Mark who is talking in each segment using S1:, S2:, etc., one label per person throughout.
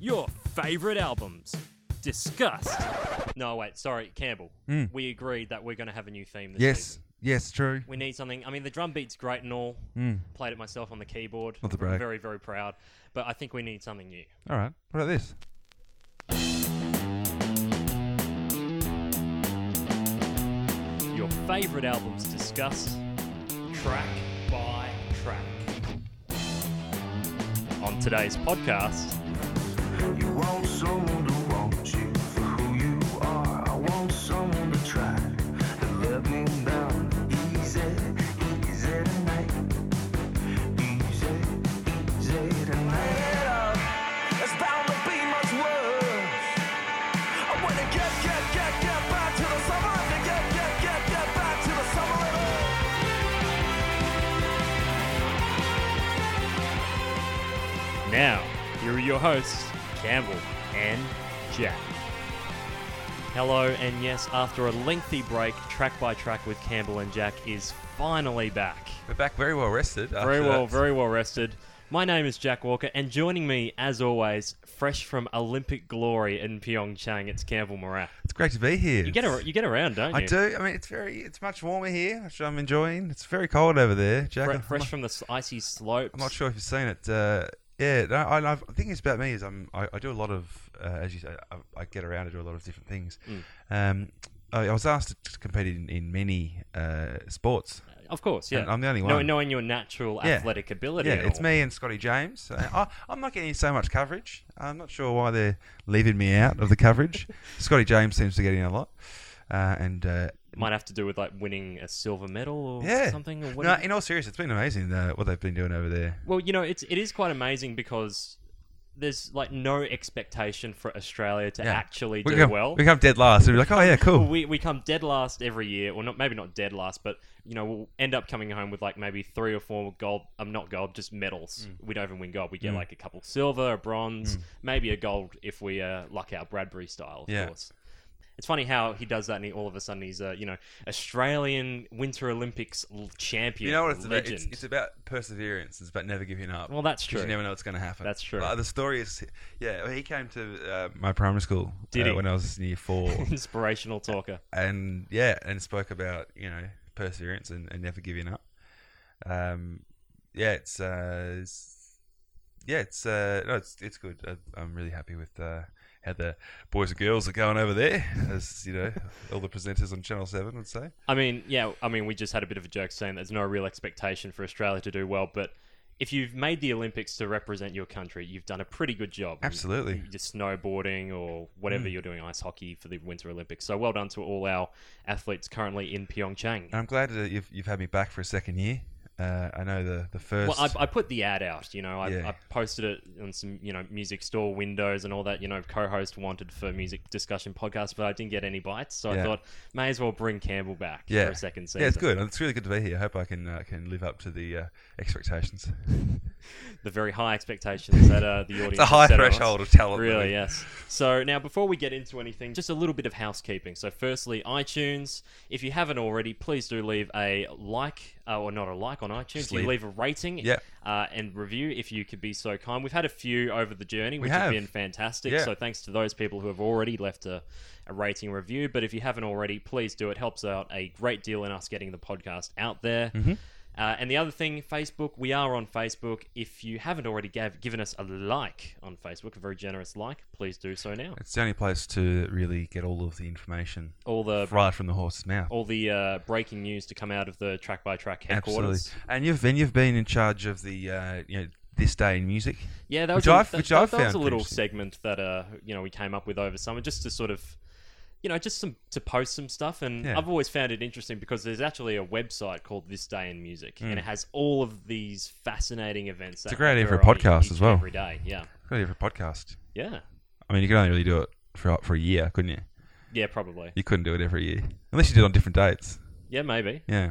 S1: your favorite albums. Disgust. No, wait, sorry, Campbell. We agreed that we're going to have a new theme this
S2: Hmm. Yes.
S1: season.
S2: Yes, true.
S1: We need something. I mean, the drum beat's great and all. Played it myself on the keyboard.
S2: Hmm. Not to
S1: Very,
S2: brag.
S1: Very, very proud. But I think we need something new.
S2: All right. What about this?
S1: Your favorite albums discussed track by track. On today's podcast,
S3: You want someone to want you for who you are. I want someone to try to let me down easy, easy tonight. Easy, easy tonight. It's bound to be much worse. I wanna get, get, get, get back to the summer. I can get, get, get, get back to the summer at all.
S1: now, here are your hosts, Campbell and Jack. Hello, and yes, after a lengthy break, track by track with Campbell and Jack is finally back.
S2: We're back very well rested.
S1: Very well, very well rested. My name is Jack Walker, and joining me, as always, fresh from Olympic glory in Pyeongchang, it's Campbell Morat.
S2: It's great to be here.
S1: You get, ar- you get around, don't you?
S2: I do. I mean, it's very. It's much warmer here, which I'm enjoying. It's very cold over there, Jack.
S1: Fre-
S2: I'm
S1: fresh
S2: not-
S1: from the s- icy slopes.
S2: I'm not sure if you've seen it. Uh, yeah, no, I, I've, the thing is about me is I'm, I, I do a lot of, uh, as you say, I, I get around and do a lot of different things.
S1: Mm.
S2: Um, I, I was asked to compete in, in many uh, sports.
S1: Of course, yeah.
S2: And I'm the only
S1: Know-
S2: one.
S1: knowing your natural
S2: Yeah.
S1: athletic ability.
S2: Yeah,
S1: and
S2: it's
S1: all.
S2: me and Scotty James. Uh, I, I'm not getting so much coverage. I'm not sure why they're leaving me out of the coverage. Scotty James seems to get in a lot, uh, and uh,
S1: Might have to do with like winning a silver medal or
S2: yeah,
S1: something. Or
S2: no,
S1: whatever.
S2: in all seriousness, it's been amazing uh, what they've been doing over there.
S1: Well, you know, it's it is quite amazing because there's like no expectation for Australia to
S2: Yeah.
S1: actually
S2: we
S1: do
S2: come,
S1: well.
S2: We come dead last, and we're like, oh yeah, cool.
S1: we, we come dead last every year, or not maybe not dead last, but you know we'll end up coming home with like maybe three or four gold. I'm um, not gold, just medals.
S2: Mm.
S1: We don't even win gold. We get like a couple silver, a bronze, maybe a gold if we uh, luck out Bradbury style. Of
S2: Yeah.
S1: course. It's funny how he does that, and he, all of a sudden he's a you know Australian Winter Olympics l- champion.
S2: You know what it's
S1: legend.
S2: about? It's, it's about perseverance. It's about never giving up.
S1: Well, that's
S2: 'Cause You
S1: true.
S2: never know what's going to happen.
S1: That's true.
S2: Like, the story is, yeah. He came to uh, my primary school
S1: Did
S2: uh,
S1: he?
S2: when I was in year four,
S1: Inspirational talker.
S2: and yeah, and spoke about you know perseverance and, and never giving up. Um, yeah, it's, uh, it's yeah, it's uh, no, it's it's good. I, I'm really happy with uh, how the boys and girls are going over there, as you know, all the presenters on Channel Seven would say.
S1: I mean, yeah, I mean, we just had a bit of a joke saying there's no real expectation for Australia to do well, but if you've made the Olympics to represent your country, you've done a pretty good job.
S2: Absolutely. Mm.
S1: You- Just snowboarding or whatever you're doing, ice hockey for the Winter Olympics. So well done to all our athletes currently in Pyeongchang.
S2: And I'm glad that you've, you've had me back for a second year. Uh, I know the, the first.
S1: Well, I, I put the ad out, you know, I,
S2: Yeah.
S1: I posted it on some, you know, music store windows and all that, you know, co-host wanted for music discussion podcast, but I didn't get any bites. So
S2: Yeah.
S1: I thought may as well bring Campbell back
S2: yeah.
S1: for a second season.
S2: Yeah, it's good. It's really good to be here. I hope I can uh, can live up to the uh, expectations.
S1: the very high expectations that uh, the audience.
S2: a high
S1: has set on us.
S2: threshold of talent,
S1: Really,
S2: really.
S1: yes. So now, before we get into anything, just a little bit of housekeeping. So, firstly, iTunes. If you haven't already, please do leave a like, uh, or not a like on iTunes.
S2: Just
S1: you
S2: leave-
S1: leave a rating
S2: Yeah.
S1: uh, and review if you could be so kind. We've had a few over the journey, which
S2: have.
S1: have been fantastic.
S2: Yeah.
S1: So, thanks to those people who have already left a, a rating review. But if you haven't already, please do. It helps out a great deal in us getting the podcast out there.
S2: Mm-hmm.
S1: Uh, and the other thing, Facebook, we are on Facebook. If you haven't already gave, given us a like on Facebook, a very generous like, please do so now.
S2: It's the only place to really get all of the information
S1: All the
S2: right from the horse's mouth.
S1: all the uh, breaking news to come out of the track by track
S2: Absolutely.
S1: headquarters.
S2: And you've been you've been in charge of the uh, you know this day in music.
S1: Yeah, that
S2: Which
S1: was a,
S2: I've-
S1: that,
S2: which
S1: that-
S2: I've
S1: that was
S2: found
S1: a little
S2: interesting.
S1: segment that uh you know we came up with over summer just to sort of you know just some to post some stuff and
S2: Yeah.
S1: I've always found it interesting because there's actually a website called This Day in Music and it has all of these fascinating events. It's
S2: Hmm. a great idea for a podcast as well.
S1: Every day, yeah,
S2: Really for a podcast.
S1: yeah,
S2: I mean, you could only really do it for uh, for a year, couldn't you?
S1: yeah, probably,
S2: You couldn't do it every year unless you did on different dates.
S1: yeah, maybe.
S2: Yeah.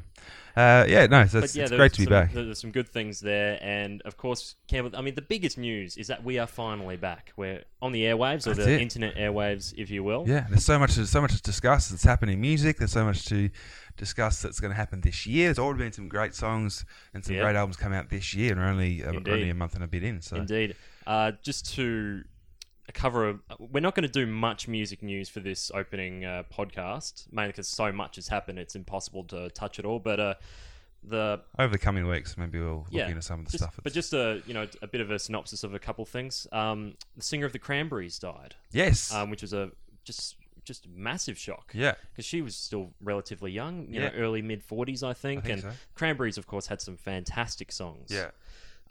S2: Uh, yeah. No. So it's,
S1: But yeah,
S2: it's
S1: there
S2: great
S1: was
S2: to be
S1: some,
S2: back.
S1: there- There's some good things there, and of course, Campbell. I mean, the biggest news is that we are finally back. We're on the airwaves or
S2: That's
S1: the
S2: it.
S1: internet airwaves, if you will.
S2: Yeah, there's so much. There's so much to discuss that's happened in music. There's so much to discuss that's going to happen this year. There's already been some great songs and some
S1: Yeah.
S2: great albums come out this year, and we're only uh,
S1: Indeed.
S2: only a month and a bit in. So
S1: Indeed. Uh, just to cover. A, we're not going to do much music news for this opening uh, podcast, mainly because so much has happened. It's impossible to touch it all. But uh, the
S2: Over the coming weeks, maybe we'll look
S1: Yeah,
S2: into some of the
S1: just,
S2: stuff.
S1: but just a you know a bit of a synopsis of a couple things. Um, the singer of the Cranberries died,
S2: yes,
S1: um, which was a just just massive shock.
S2: yeah,
S1: because she was still relatively young, you know,
S2: Yeah.
S1: early mid forties, I think.
S2: think
S1: and
S2: so.
S1: Cranberries, of course, had some fantastic songs.
S2: yeah,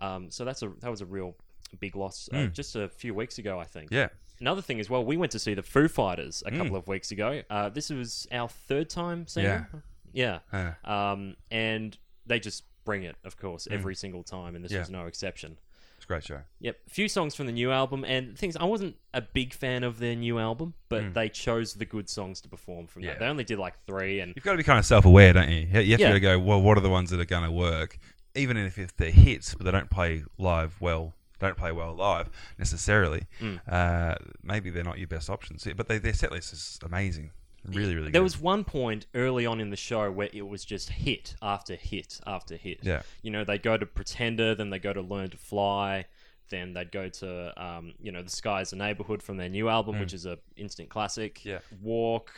S1: Um, so that's a that was a real big loss uh,
S2: Mm.
S1: just a few weeks ago, I think.
S2: yeah.
S1: Another thing as well, we went to see the Foo Fighters a
S2: Mm.
S1: couple of weeks ago. Uh, this was our third time seeing
S2: Yeah.
S1: them. Yeah.
S2: Uh,
S1: Um, and they just bring it, of course, every single time, and this
S2: Hmm. Yeah.
S1: was no exception.
S2: it's a great show.
S1: Yep, a few songs from the new album and things. I wasn't a big fan of their new album, but they chose the good songs to perform from
S2: Hmm. Yeah.
S1: that. They only did like three, and
S2: You've got to be kind of self-aware, don't you? You you have
S1: Yeah.
S2: to go, well, what are the ones that are going to work? Even if if they're hits, but they don't play live well, don't play well live necessarily.
S1: Mm.
S2: Uh, maybe they're not your best options, but they, their set list is amazing, really, really.
S1: There
S2: good.
S1: was one point early on in the show where it was just hit after hit after hit.
S2: Yeah.
S1: You know, they go to Pretender, then they go to Learn to Fly, then they'd go to, um, you know, The Sky is a Neighborhood from their new album, which is a instant classic.
S2: Mm. Yeah.
S1: Walk.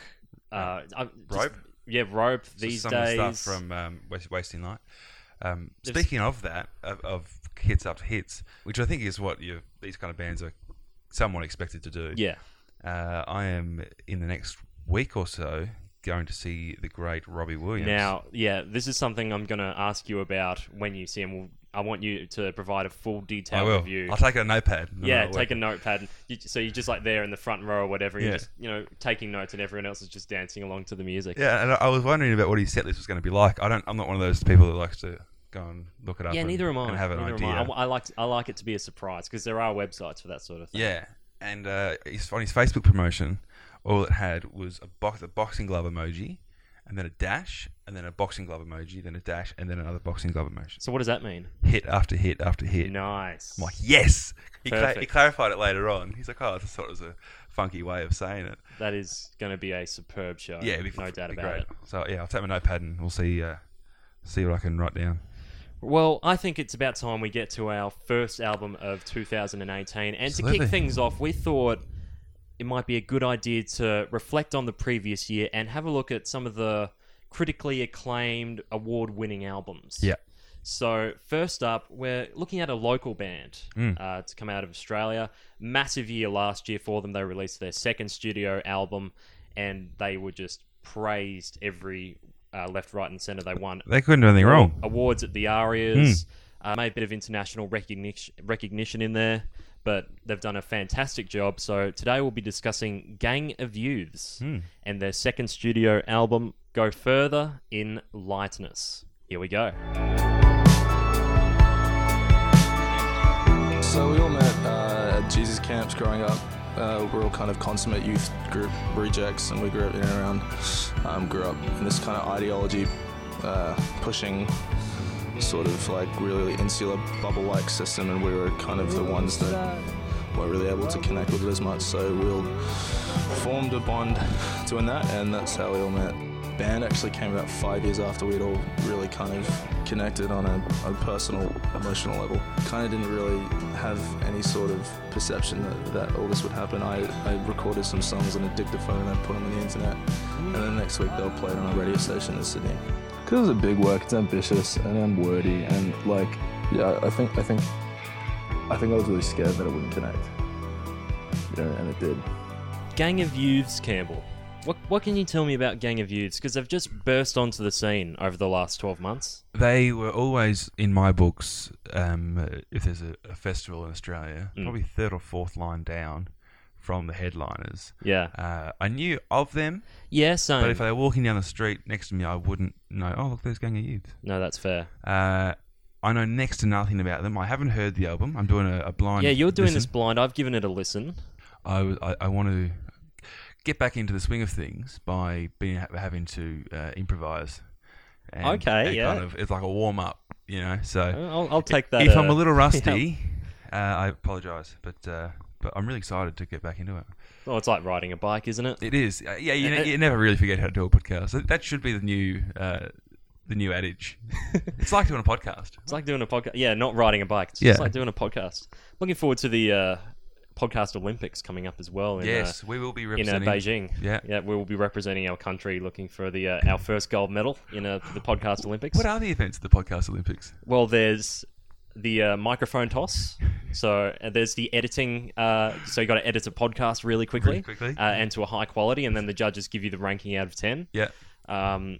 S1: Uh, I- just-
S2: Rope?
S1: yeah, Rope
S2: So
S1: these
S2: some
S1: days.
S2: of the stuff from um, Wast- Wasting Light. Um,
S1: There's-
S2: speaking of that, of, of hits after hits, which I think is what you these kind of bands are somewhat expected to do.
S1: yeah.
S2: Uh, I am in the next week or so going to see the great Robbie Williams.
S1: Now, yeah, this is something I'm going to ask you about when you see him. We'll, I want you to provide a full
S2: I
S1: detailed
S2: will.
S1: review.
S2: I'll take a notepad. and
S1: Yeah,
S2: I'll
S1: take a
S2: work-
S1: notepad. And you, so you're just like there in the front row or whatever. and You're
S2: Yeah.
S1: just, you know, taking notes and everyone else is just dancing along to the music.
S2: Yeah, and I- I was wondering about what his set list was going to be like. I don't. I'm not one of those people that likes to go and look it up.
S1: Yeah,
S2: and,
S1: neither am I.
S2: And have an
S1: neither
S2: idea.
S1: Am I. I w- I, like, I like it to be a surprise because there are websites for that sort of thing.
S2: Yeah, and uh, his, on his Facebook promotion, all it had was a box, a boxing glove emoji, and then a dash, and then a boxing glove emoji, then a dash, and then another boxing glove emoji.
S1: So what does that mean?
S2: Hit after hit after hit.
S1: Nice.
S2: I'm like, yes. He, cla-
S1: Perfect.
S2: he clarified it later on. He's like, oh, I just thought it was a funky way of saying it.
S1: That is going to be a superb show.
S2: yeah, it'd be,
S1: Oh, no
S2: it'd
S1: doubt
S2: be
S1: about
S2: great.
S1: it.
S2: So yeah, I'll take my notepad and we'll see. Uh, see what I can write down.
S1: Well, I think it's about time we get to our first album of 2018. And to
S2: Absolutely.
S1: kick things off, we thought it might be a good idea to reflect on the previous year and have a look at some of the critically acclaimed award winning albums.
S2: Yeah.
S1: So, first up, we're looking at a local band
S2: Mm.
S1: uh, to come out of Australia. Massive year last year for them. They released their second studio album and they were just praised every uh, left, right, and centre. They won
S2: They couldn't do anything wrong.
S1: awards at the Arias.
S2: Hmm.
S1: Uh, made a bit of international recognition recognition in there, but they've done a fantastic job. So today we'll be discussing Gang of Youths
S2: Hmm.
S1: and their second studio album, Go Further in Lightness. Here we go.
S4: So we all met uh, at Jesus camps growing up. Uh, we're all kind of consummate youth group rejects, and we grew up in and around, um, grew up in this kind of ideology, uh, pushing sort of like really insular bubble-like system, and we were kind of the ones that weren't really able to connect with it as much. So we all formed a bond doing that, and that's how we all met. Band actually came about five years after we'd all really kind of connected on a, a personal, emotional level. Kind of didn't really have any sort of perception that, that all this would happen. I, I recorded some songs on a dictaphone and I put them on the internet, and then next week they'll play it on a radio station in Sydney. Cause it's a big work. It's ambitious and I'm wordy and like, yeah, I think I think I think I was really scared that it wouldn't connect. You know, and it did.
S1: Gang of Youths, Campbell. What what can you tell me about Gang of Youths? Because they've just burst onto the scene over the last twelve months.
S2: They were always in my books. Um, if there's a, a festival in Australia,
S1: Mm.
S2: probably third or fourth line down from the headliners.
S1: Yeah, Mm.
S2: Uh, I knew of them,
S1: yeah, same.
S2: but if they were walking down the street next to me, I wouldn't know. Oh, look, there's Gang of Youths.
S1: no, that's fair.
S2: Uh, I know next to nothing about them. I haven't heard the album. I'm doing a, a blind.
S1: Yeah, you're doing this
S2: listen.
S1: blind. I've given it a listen.
S2: I, was- I, I want to get back into the swing of things by being ha- having to uh, improvise. And,
S1: Okay,
S2: and
S1: yeah.
S2: Kind of, it's like a warm up, you know. So
S1: I'll, I'll take that.
S2: if I'm a
S1: uh,
S2: little rusty, uh, I apologise, but uh, but I'm really excited to get back into it.
S1: Oh, it's like riding a bike, isn't it?
S2: It is, uh, yeah. You,
S1: Uh,
S2: ne- you never really forget how to do a podcast. That- That should be the new uh, the new adage. it's like doing a podcast.
S1: It's like doing a podcast. Yeah, not riding a bike. It's
S2: Yeah.
S1: just like doing a podcast. Looking forward to the uh, podcast Olympics coming up as well. In, uh,
S2: yes, we will be
S1: in uh,
S2: representing.
S1: Beijing.
S2: Yeah.
S1: yeah, we will be representing our country, looking for the uh, our first gold medal in uh, the podcast Olympics.
S2: What are the events of the podcast Olympics?
S1: well, there's the uh, microphone toss. So uh, there's the editing. Uh, so you got to edit a podcast really quickly,
S2: Really quickly.
S1: Uh, and to a high quality, and then the judges give you the ranking out of ten.
S2: Yeah.
S1: Um,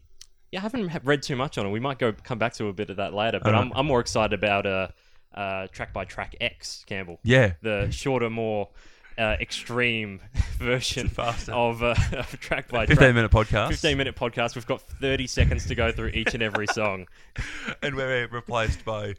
S1: yeah, I haven't ha- read too much on it. We might go come back to a bit of that later, but I'm,
S2: Alright.
S1: I'm more excited about uh, uh, track by track X, Campbell.
S2: Yeah.
S1: The shorter, more uh, extreme version
S2: faster.
S1: of, uh, of track by track.
S2: 15 minute podcast.
S1: 15 minute podcast. We've got 30 seconds to go through each and every song.
S2: And we're replaced by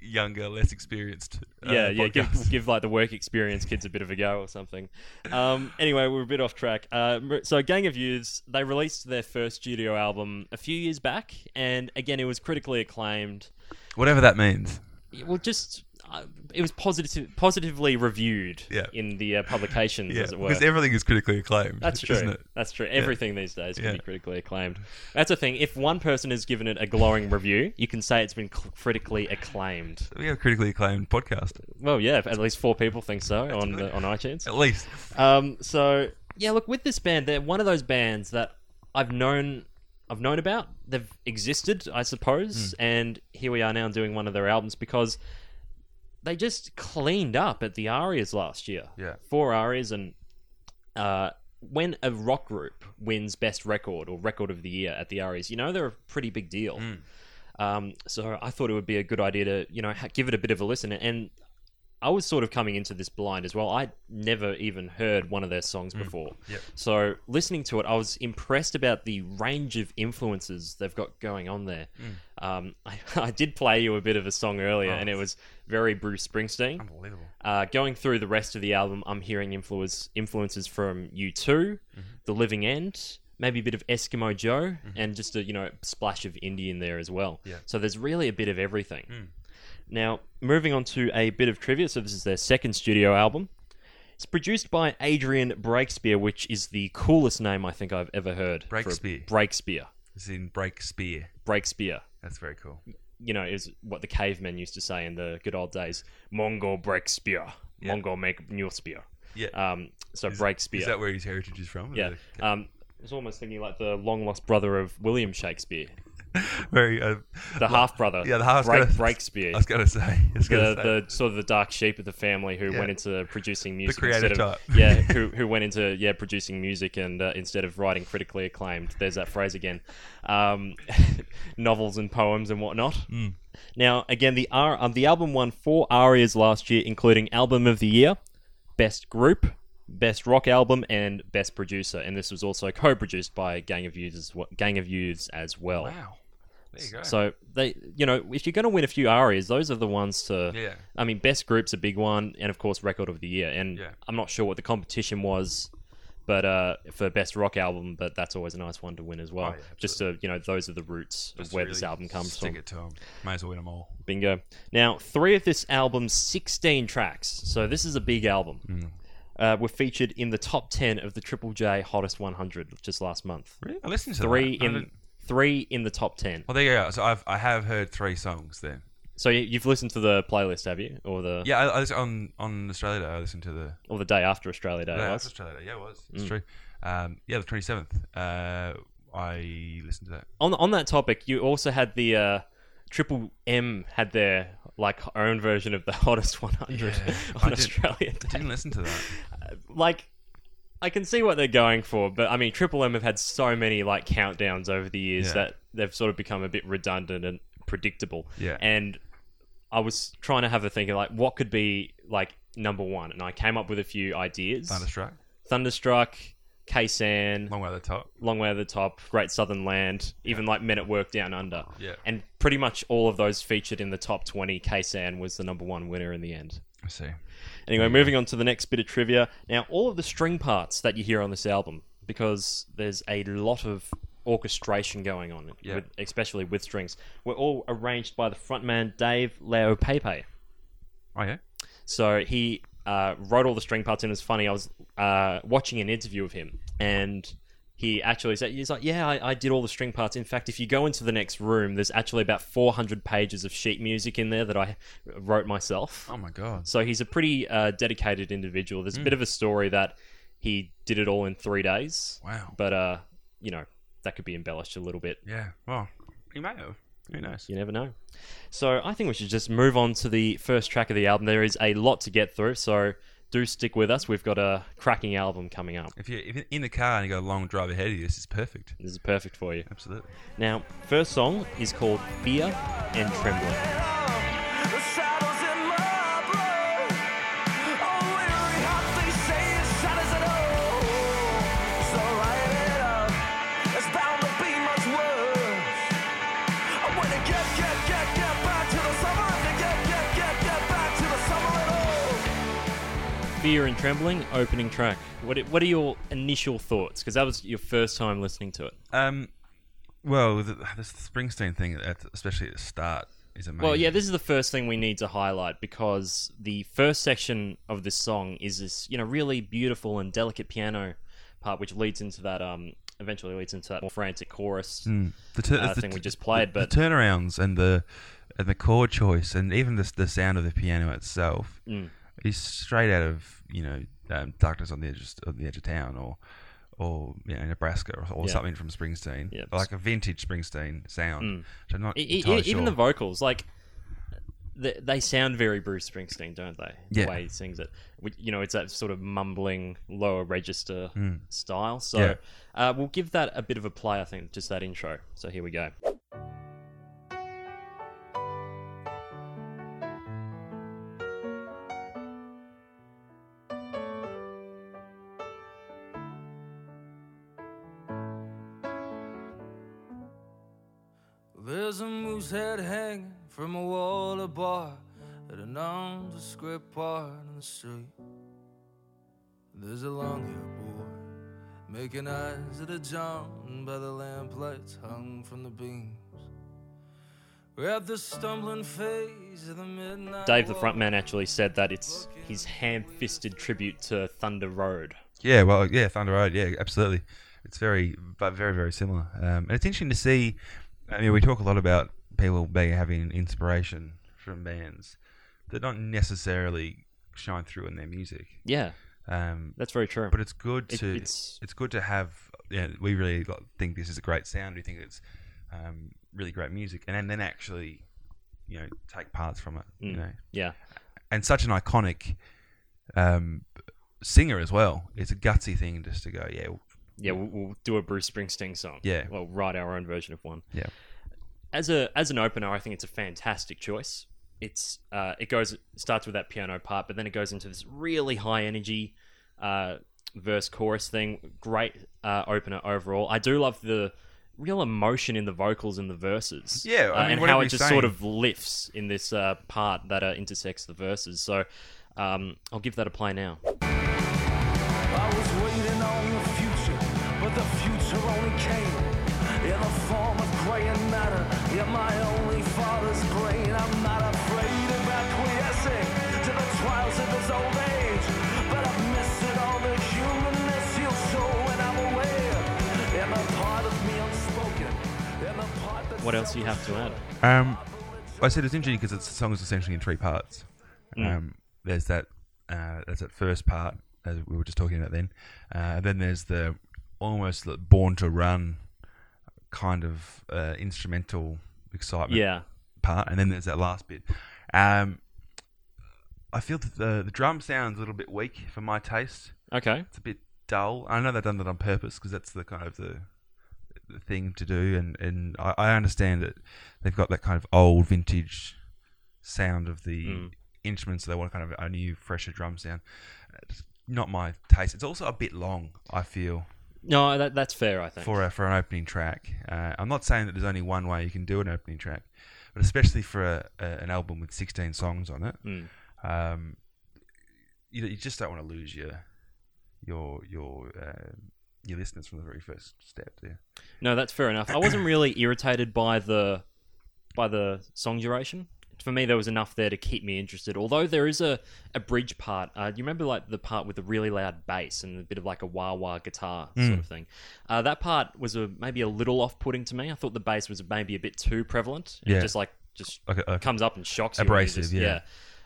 S2: younger, less experienced. Uh,
S1: yeah, yeah. Give,
S2: podcasts.
S1: give like the work experience kids a bit of a go or something. Um, anyway, we're a bit off track. Uh, m- so, Gang of Youths they released their first studio album a few years back, and again, it was critically acclaimed.
S2: Whatever that means.
S1: It- Well, just uh, it was positive, positively reviewed
S2: Yeah.
S1: in the uh, publications,
S2: Yeah.
S1: as it were.
S2: Because everything is critically acclaimed.
S1: That's true.
S2: Isn't it?
S1: That's true. Everything these days can
S2: Yeah.
S1: be critically acclaimed. That's the thing. If one person has given it a glowing review, you can say it's been cl- critically acclaimed.
S2: We have a critically acclaimed podcast.
S1: Well, yeah, at least four people think so on the, on iTunes.
S2: At least.
S1: Um, so yeah, look with this band, they're one of those bands that I've known, I've known about. They've existed, I suppose, and here we are now doing one of their albums because they just cleaned up at the Arias last year.
S2: Yeah.
S1: four Arias, and uh, when a rock group wins best record or record of the year at the Arias, you know they're a pretty big deal.
S2: Hmm.
S1: Um, so I thought it would be a good idea to you know ha- give it a bit of a listen. And I was sort of coming into this blind as well. I'd never even heard one of their songs before.
S2: Hmm. Yep.
S1: So listening to it, I was impressed about the range of influences they've got going on there.
S2: Hmm.
S1: Um, I, I did play you a bit of a song earlier,
S2: Oh.
S1: and it was very Bruce Springsteen.
S2: Unbelievable.
S1: Uh, going through the rest of the album, I'm hearing influence, influences from U2,
S2: Mm-hmm.
S1: The Living End, maybe a bit of Eskimo Joe, and just a you know splash of indie in there as well.
S2: Yeah. Hmm.
S1: So there's really a bit of everything. Now moving on to a bit of trivia. So this is their second studio album. It's produced by Adrian Breakspear, which is the coolest name I think I've ever heard. for a-
S2: Breakspear.
S1: Breakspear.
S2: It's in Break Spear.
S1: Breakspear.
S2: That's very cool.
S1: You know, is what the cavemen used to say in the good old days. Mongol Breakspear.
S2: Yeah.
S1: Mongol make new spear.
S2: Yeah.
S1: Um, so
S2: Is-
S1: break spear.
S2: Is that where his heritage is from?
S1: yeah. Um, I was almost thinking like the long lost brother of William Shakespeare,
S2: Very. Uh,
S1: the half brother.
S2: yeah, the half
S1: break,
S2: brother.
S1: Breakspear.
S2: I was going to say. I was gonna say.
S1: the, the sort of the dark sheep of the family who
S2: Yeah.
S1: went into producing music
S2: creative
S1: instead of
S2: type.
S1: yeah who, who went into yeah producing music and uh, instead of writing critically acclaimed there's that phrase again um, novels and poems and whatnot
S2: Hmm.
S1: now again the R, um, the album won four arias last year including album of the year best group best rock album and best producer and this was also co-produced by gang of youths as well, gang of youths as well
S2: Wow. There you go.
S1: so they, you know, if you're going to win a few arias, those are the ones to.
S2: Yeah.
S1: I mean, best group's a big one, and of course, record of the year. And
S2: Yeah.
S1: I'm not sure what the competition was, but uh, for best rock album, but that's always a nice one to win as well.
S2: Oh, yeah,
S1: Just to, you know, those are the roots of
S2: Just
S1: where
S2: really
S1: this album comes
S2: stick
S1: from.
S2: it to 'em. Might as well win them all.
S1: Bingo. Now, three of this album's 16 tracks, so this is a big album.
S2: Mm.
S1: Uh, were featured in the top 10 of the Triple J Hottest 100 just last month.
S2: Really? I listened to
S1: Three
S2: that. I
S1: in
S2: didn't-
S1: three in the top 10.
S2: Well, there you go. So I've I have heard three songs then.
S1: So you- you've listened to the playlist, have you? Or the
S2: Yeah, I, I listened, on on Australia Day. I listened to the
S1: or the day after Australia Day.
S2: yeah,
S1: it
S2: it was
S1: was. Mm.
S2: Australia Day. Yeah, it was. It's true. Um, yeah, the twenty seventh. Uh, I listened to that.
S1: On on that topic, you also had the uh, Triple M had their like own version of the hottest 100
S2: Yeah, I
S1: on
S2: did-
S1: Australia Day.
S2: Didn't listen to that.
S1: Like, I can see what they're going for, but I mean, Triple M have had so many like countdowns over the years
S2: Yeah.
S1: that they've sort of become a bit redundant and predictable.
S2: Yeah.
S1: and I was trying to have a think of like what could be like number one, and I came up with a few ideas.
S2: Thunderstruck.
S1: Thunderstruck, K-San,
S2: Long way to the top.
S1: Long Way to the Top, Great Southern Land, even like Men at Work Down Under.
S2: Yeah.
S1: And pretty much all of those featured in the top 20. K-San was the number one winner in the end.
S2: I see.
S1: Anyway, moving on to the next bit of trivia. Now, all of the string parts that you hear on this album, because there's a lot of orchestration going on,
S2: Yeah.
S1: with, especially with strings, were all arranged by the frontman Dave Leo Pepe.
S2: Oh yeah.
S1: So he uh, wrote all the string parts, and it was funny. I was uh, watching an interview of him, and he actually said, he's like, yeah, I, I did all the string parts. In fact, if you go into the next room, there's actually about 400 pages of sheet music in there that I wrote myself.
S2: Oh Hmm. my god.
S1: So he's a pretty uh, dedicated individual. There's a bit of a story that he did it all in three days,
S2: Wow.
S1: but uh, you know that could be embellished a little bit.
S2: Yeah. Well, he may have. Who knows?
S1: You never know. So I think we should just move on to the first track of the album. There is a lot to get through, so do stick with us. We've got a cracking album coming up.
S2: If you're if you're in the car and you got a long drive ahead of you, this is perfect.
S1: This is perfect for you.
S2: Absolutely.
S1: Now, first song is called Fear and Trembling.
S3: The saddle's in my blood. Oh, weary heart, they say it's sad as it all. So light it up. It's bound to be much worse. I wanna get, get, get, get back to the summer. I can get, get, get, get back to the summer at all.
S1: Fear and Trembling, opening track. What what are your initial thoughts? Because that was your first time listening to it.
S2: Um, well, the, this Springsteen thing, at, especially at the start, is amazing.
S1: Well, yeah, this is the first thing we need to highlight because the first section of this song is this, you know, really beautiful and delicate piano part, which leads into that, um, eventually leads into that more frantic chorus.
S2: Mm. the, tur-
S1: uh,
S2: the
S1: thing we
S2: t-
S1: just played,
S2: the-
S1: but-
S2: the turnarounds and the and the chord choice and even the the sound of the piano itself
S1: Mm.
S2: is straight out of you know um, darkness on the edge of, on the edge of town or or you know, Nebraska or, or
S1: Yeah.
S2: something from Springsteen,
S1: Yeah.
S2: like a vintage Springsteen sound.
S1: Mm.
S2: Which I'm not
S1: E- e-
S2: entirely
S1: Even
S2: sure.
S1: the vocals, like they, they sound very Bruce Springsteen, don't they? The
S2: Yeah.
S1: way he sings it, Which, you know, it's that sort of mumbling, lower register
S2: Mm.
S1: style. So
S2: Yeah.
S1: uh, we'll give that a bit of a play, I think, just that intro. So here we go.
S5: There's a moose head hanging from a wall of bar at an nondescript part in the street. There's a long haired boy making eyes at a John by the lamplights hung from the beams. We're at the stumbling phase of the midnight.
S1: Dave, the
S5: walk.
S1: frontman, actually said that it's his ham-fisted tribute to Thunder Road.
S2: Yeah, well, yeah, Thunder Road. Yeah, absolutely. It's very, but very, very similar. Um, and it's interesting to see. I mean, we talk a lot about people being having inspiration from bands that don't necessarily shine through in their music.
S1: Yeah,
S2: Um,
S1: that's very true.
S2: but it's good
S1: It-
S2: to
S1: it's-
S2: it's, good to have. Yeah, we really got- think this is a great sound. We think it's um, really great music, and, then then actually, you know, take parts from it. You
S1: Mm.
S2: know,
S1: yeah,
S2: and such an iconic um, singer as well. It's a gutsy thing just to go, yeah, well,
S1: yeah, we'll, we'll do a Bruce Springsteen song.
S2: Yeah.
S1: well, write our own version of one.
S2: yeah,
S1: as a as an opener, I think it's a fantastic choice. It's uh, it goes it starts with that piano part, but then it goes into this really high energy uh, verse chorus thing. Great uh, opener overall. I do love the real emotion in the vocals in the verses.
S2: Yeah, I
S1: uh,
S2: mean,
S1: and
S2: whatever
S1: how it
S2: you're
S1: just sort
S2: saying.
S1: of lifts in this uh, part that uh, intersects the verses. So um, I'll give that a play now.
S3: I was waiting on the future, but the future only came in the form of gray and matter. In my only father's brain, I'm not afraid of acquiescing to the trials of his old age. But I've missed it all the humanness he'll show, and I'm aware. And the part of me unspoken, and the part that's
S1: What else do you have to add?
S2: Um, I said it's interesting because the song is essentially in three parts. Um, there's that uh, there's that first part as we were just talking about then. Uh, then there's the almost the born to run kind of uh, instrumental excitement
S1: Yeah,
S2: part, and then there's that last bit. Um, I feel that the the drum sounds a little bit weak for my taste.
S1: okay,
S2: It's a bit dull. I know they've done that on purpose because that's the kind of the, the thing to do, and and I, I understand that they've got that kind of old vintage sound of the
S1: Mm.
S2: instruments. So they want kind of a new, fresher drum sound. It's not my taste. It's also a bit long. I feel
S1: no, that, that's fair. I think.
S2: for a, for an opening track. Uh, I'm not saying that there's only one way you can do an opening track, but especially for a, a, an album with 16 songs on it,
S1: Mm.
S2: um, you, you just don't want to lose your your your uh, your listeners from the very first step. There,
S1: No, that's fair enough. I wasn't really irritated by the by the song duration. for me, there was enough there to keep me interested. Although there is a, a bridge part. Uh, you remember like the part with the really loud bass and a bit of like a wah wah guitar
S2: Mm.
S1: sort of thing. Uh, that part was a, maybe a little off putting to me. I thought the bass was maybe a bit too prevalent. It
S2: Yeah.
S1: just like just
S2: Like a- a-
S1: comes up and shocks you. and you
S2: Abrasive,
S1: just-
S2: yeah.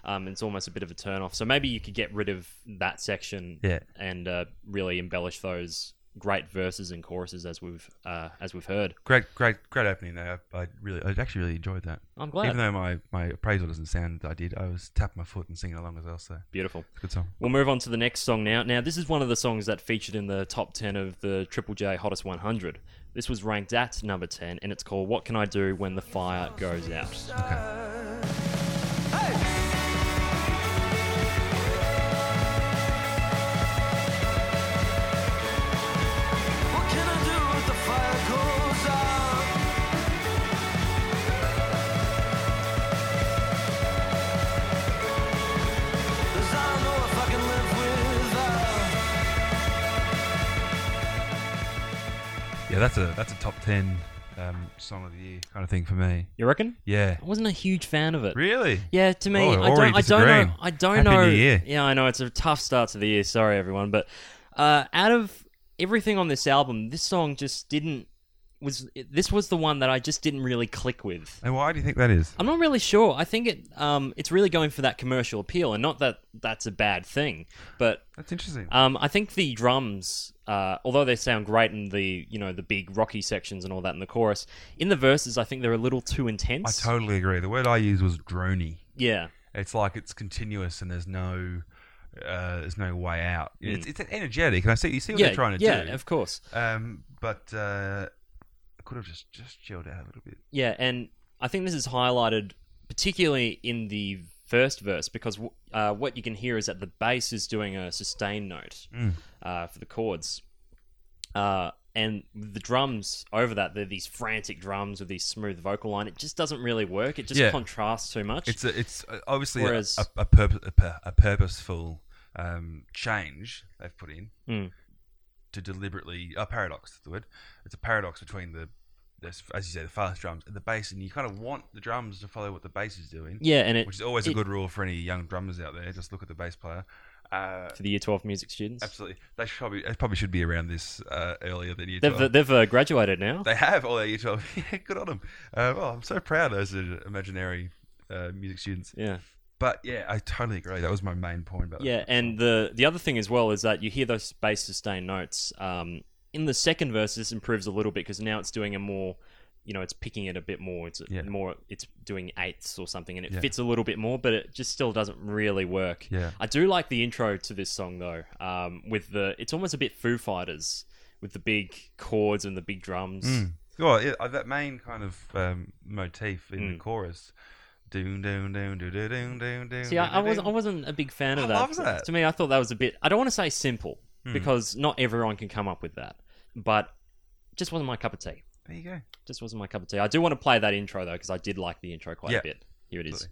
S1: Um, it's almost a bit of a turn off. So maybe you could get rid of that section
S2: Yeah.
S1: and uh, really embellish those great verses and choruses as we've uh, as we've heard.
S2: Great, great, great opening though. I, I really, I actually really enjoyed that.
S1: I'm glad.
S2: Even though my my appraisal doesn't sound that I did, I was tapping my foot and singing along as well. So
S1: Beautiful.
S2: it's a good song.
S1: We'll move on to the next song now. Now, this is one of the songs that featured in the top 10 of the Triple J Hottest 100. This was ranked at number 10, and it's called What Can I Do When the Fire Goes Out?
S5: What can I do if the fire goes out? Cause I don't know if I can live without.
S2: Yeah, that's a that's a top ten um, song of the year kind of thing for me.
S1: You reckon?
S2: Yeah,
S1: I wasn't a huge fan of it.
S2: really.
S1: Yeah, to me,
S2: Oh,
S1: I
S2: already
S1: don't, I don't know.
S2: disagreeing.
S1: I don't
S2: Happy
S1: know.
S2: New Year.
S1: Yeah, I know it's a tough start to the year. Sorry, everyone, but uh, out of everything on this album, this song just didn't. Was this was the one that I just didn't really click with.
S2: And why do you think that is?
S1: I'm not really sure. I think it um, it's really going for that commercial appeal, and not that that's a bad thing, but
S2: That's interesting.
S1: um, I think the drums, uh, although they sound great in the you know the big rocky sections and all that in the chorus, in the verses I think they're a little too
S2: I
S1: intense.
S2: totally agree. The word I used was drony.
S1: yeah,
S2: It's like it's continuous and there's no uh, there's no way out. It's, it's energetic, and I see you see what
S1: Hmm. yeah,
S2: they're trying to
S1: yeah,
S2: do.
S1: of course.
S2: Um, but uh, I could have just just chilled out a little bit.
S1: Yeah, and I think this is highlighted particularly in the first verse because w- uh, what you can hear is that the bass is doing a sustain note
S2: Mm.
S1: uh, for the chords. Uh, and the drums over that, they're these frantic drums with these smooth vocal line. It just doesn't really work. It just
S2: Yeah.
S1: contrasts too much.
S2: It's a, it's uh, obviously
S1: Whereas-
S2: a, a, purpose, a, pur- a purposeful um, change they've put in
S1: Mm.
S2: to deliberately a paradox. That's the word. It's a paradox between the the s- as you say the fast drums and the bass, and you kind of want the drums to follow what the bass is doing.
S1: yeah, and it
S2: which is always
S1: it-
S2: a good rule for any young drummers out there. Just look at the bass player. Uh,
S1: for the year twelve music students.
S2: absolutely, they should probably they probably should be around this uh, earlier than you.
S1: They've, they've uh, graduated now.
S2: They have all their year 12. Yeah, Good on them. Uh, well, I'm so proud those are imaginary uh, music students.
S1: yeah.
S2: But yeah, I totally agree. That was my main point about
S1: Yeah, and the the other thing as well is that you hear those bass sustain notes. Um, in the second verse, this improves a little bit because now it's doing a more, you know, it's picking it a bit more. It's
S2: Yeah.
S1: more, it's doing eighths or something, and it
S2: Yeah.
S1: fits a little bit more, but it just still doesn't really work.
S2: Yeah.
S1: I do like the intro to this song though. Um, with the it's almost a bit Foo Fighters with the big chords and the big drums.
S2: Well, yeah, uh, that main kind of um, motif in the
S1: Mm.
S2: chorus. Doon, doon, doon, doon, doon, doon, doon, doon,
S1: See, I, I
S2: doon,
S1: wasn't I
S2: doon.
S1: wasn't a big fan of
S2: I
S1: that.
S2: love that. Hmm.
S1: To me, I thought that was a bit. I don't want to say simple because not everyone can come up with that, but just wasn't my cup of tea.
S2: There you go.
S1: Just wasn't my cup of tea. I do want to play that intro though because I did like the intro quite
S2: Yeah.
S1: a bit. Here it is.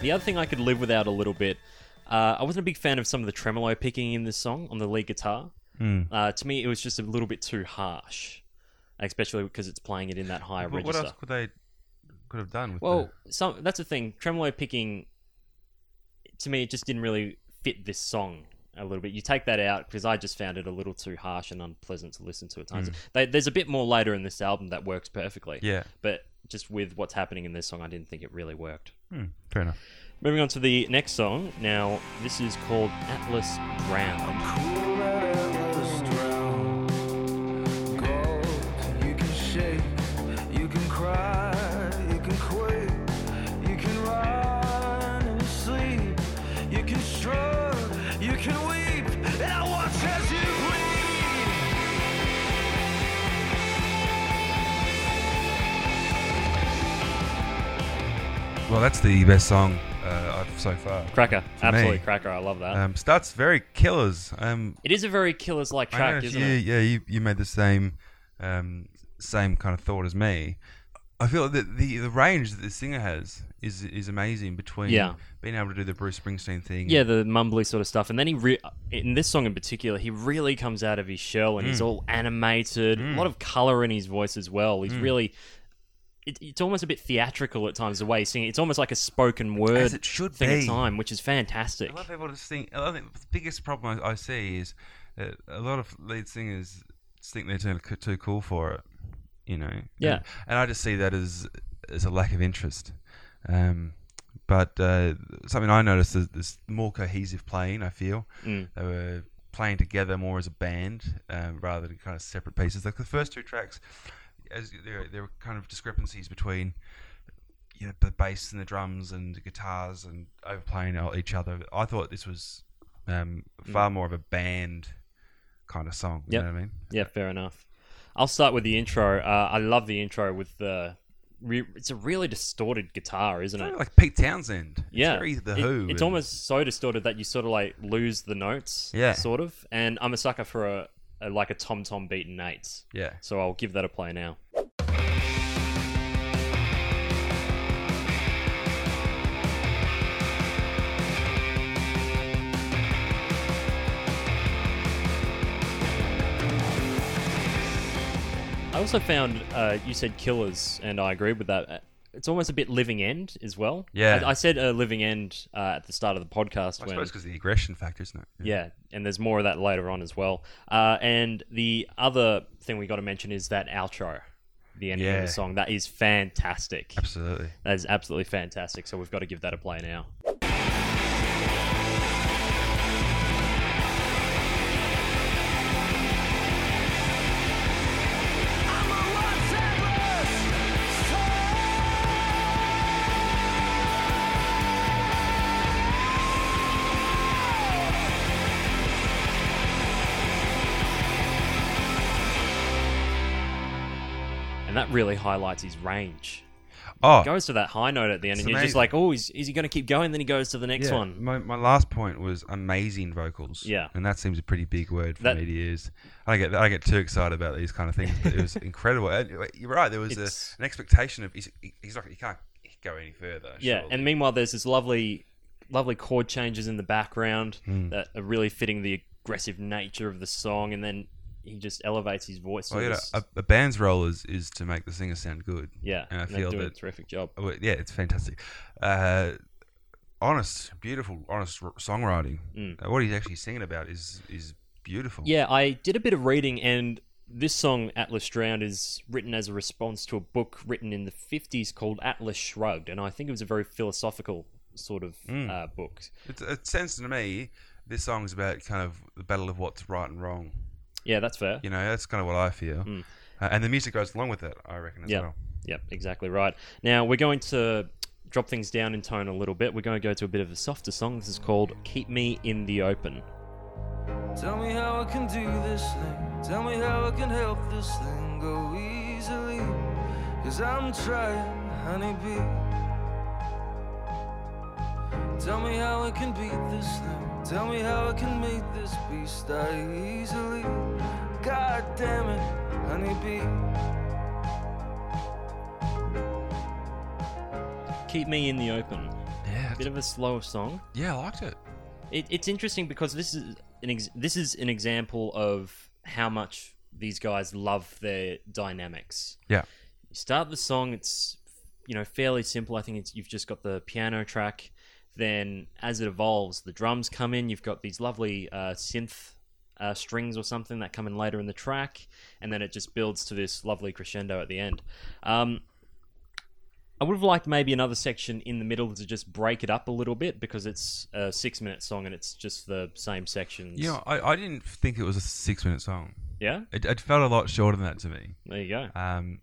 S1: The other thing I could live without a little bit, uh, I wasn't a big fan of some of the tremolo picking in this song on the lead guitar. Uh, to me, it was just a little bit too harsh, especially because it's playing it in that high
S2: What,
S1: register.
S2: what else could they could have done with
S1: Well, some that's the thing. Tremolo picking, to me, it just didn't really fit this song a little bit. You take that out because I just found it a little too harsh and unpleasant to listen to at times. They, there's a bit more later in this album that works perfectly.
S2: the... Mm. Yeah.
S1: But just with what's happening in this song, I didn't think it really worked.
S2: Hmm, fair enough.
S1: Moving on to the next song. Now, this is called Atlas Brown.
S2: Oh,
S5: Cool that endless drown. Gold, you can shake, you can cry, you can quake, you can run and sleep, you can shrug, you can weep, and I watch as you bleed.
S2: Well, that's the best song uh, I've so far.
S1: Cracker.
S2: For
S1: Absolutely
S2: me.
S1: cracker. I love that.
S2: Um, starts very killers. Um,
S1: it is a very killers like
S2: I don't know
S1: track,
S2: if
S1: isn't
S2: you,
S1: it?
S2: Yeah, you, you made the same um, same kind of thought as me. I feel that the the range that the singer has is is amazing between
S1: Yeah.
S2: being able to do the Bruce Springsteen thing.
S1: Yeah, the mumbly sort of stuff. And then he, re- in this song in particular, he really comes out of his shell and
S2: Mm.
S1: he's all animated. A lot of color in his voice as well.
S2: Mm.
S1: He's really. It, it's almost a bit theatrical at times the way he's singing. It's almost like a spoken word
S2: As it should
S1: thing
S2: be.
S1: at time, which is fantastic.
S2: A lot of people just think. I think the biggest problem I, I see is that a lot of lead singers think they're too, too cool for it. You know.
S1: Yeah.
S2: And, and I just see that as as a lack of interest. Um, but uh, something I noticed is this more cohesive playing. I feel they were playing together more as a band um, rather than kind of separate pieces. Like the first two tracks, as there there were kind of discrepancies between you know, the bass and the drums and the guitars and overplaying all- each other. I thought this was um, far more of a band kind of song. You
S1: Mm. Yep.
S2: know what I mean?
S1: Yeah, fair enough. I'll start with the intro. Uh, I love the intro with the. Re- it's a really distorted guitar, isn't
S2: Kinda
S1: it?
S2: Like Pete Townsend.
S1: Yeah,
S2: It's very The
S1: It-
S2: Who.
S1: it's
S2: and-
S1: almost so distorted that you sort of like lose the notes.
S2: Yeah.
S1: sort of. And I'm a sucker for a, a like a tom tom beat in eights.
S2: Yeah.
S1: So I'll give that a play now. I also found uh, you said killers, and I agreed with that. Uh, It's almost a bit living end as well.
S2: Yeah.
S1: I, I said uh, living end uh, at the start of the podcast.
S2: I
S1: when,
S2: suppose because the aggression factor, isn't it?
S1: yeah, and there's more of that later on as well. Uh, and the other thing we got to mention is that outro, the ending of
S2: Yeah.
S1: the song. That is fantastic.
S2: Absolutely.
S1: That is absolutely fantastic. So we've got to give that a play now. And that really highlights his range.
S2: Oh,
S1: Goes to that high note at the end,
S2: It's
S1: and you're just
S2: amazing.
S1: like, oh, is, is he going to keep going? Then he goes to the next
S2: yeah.
S1: one.
S2: My, my last point was amazing vocals.
S1: Yeah.
S2: And that seems a pretty big word for
S1: That-
S2: me to use. I get I get too excited about these kind of things, but it was incredible. And you're right. There was a,
S1: It's-
S2: an expectation of he's, he's not he can't go any further.
S1: Yeah,
S2: surely.
S1: and meanwhile, there's this lovely, lovely chord changes in the background
S2: Hmm.
S1: that are really fitting the aggressive nature of the song, and then he just elevates his voice. to
S2: Well, you know,
S1: this-
S2: Oh, a, a band's role is, is to make the singer sound good.
S1: yeah,
S2: and I
S1: and they're
S2: feel
S1: doing a
S2: that.
S1: terrific job.
S2: well, yeah, it's fantastic. Uh, honest, beautiful, honest r- songwriting. Uh, what he's actually singing about is is beautiful.
S1: Mm. Yeah, I did a bit of reading, and this song "Atlas Drowned" is written as a response to a book written in the '50s called "Atlas Shrugged," and I think it was a very philosophical sort of uh, book.
S2: It, it sounds to me this song's about kind of the battle of what's right and wrong.
S1: Yeah, that's fair.
S2: You know, that's kind of what I feel. Uh, and the music goes along with it, I reckon, as
S1: Mm. Yeah.
S2: well.
S1: Yep, exactly right. Now we're going to drop things down in tone a little bit. We're going to go to a bit of a softer song. This is called "Keep Me in the Open."
S5: Tell me how I can do this thing. Tell me how I can help this thing go easily. Cause I'm trying, honeybee. Tell me how I can beat this thing. Tell me how I can meet this beast I easily. God damn it, honeybee.
S1: "Keep Me in the Open,"
S2: Yeah,
S1: bit of a slower song.
S2: yeah, I liked it.
S1: It, it's interesting because this is an ex- this is an example of how much these guys love their dynamics.
S2: Yeah.
S1: You start the song, it's you know fairly simple. I think it's you've just got the piano track. Then as it evolves, the drums come in. You've got these lovely uh, synth uh, strings or something that come in later in the track, and then it just builds to this lovely crescendo at the end. Um, I would have liked maybe another section in the middle to just break it up a little bit because it's a six-minute song and it's just the same sections.
S2: You know, I, I didn't think it was a six minute song.
S1: yeah.
S2: It, it felt a lot shorter than that to me.
S1: There you go.
S2: Um,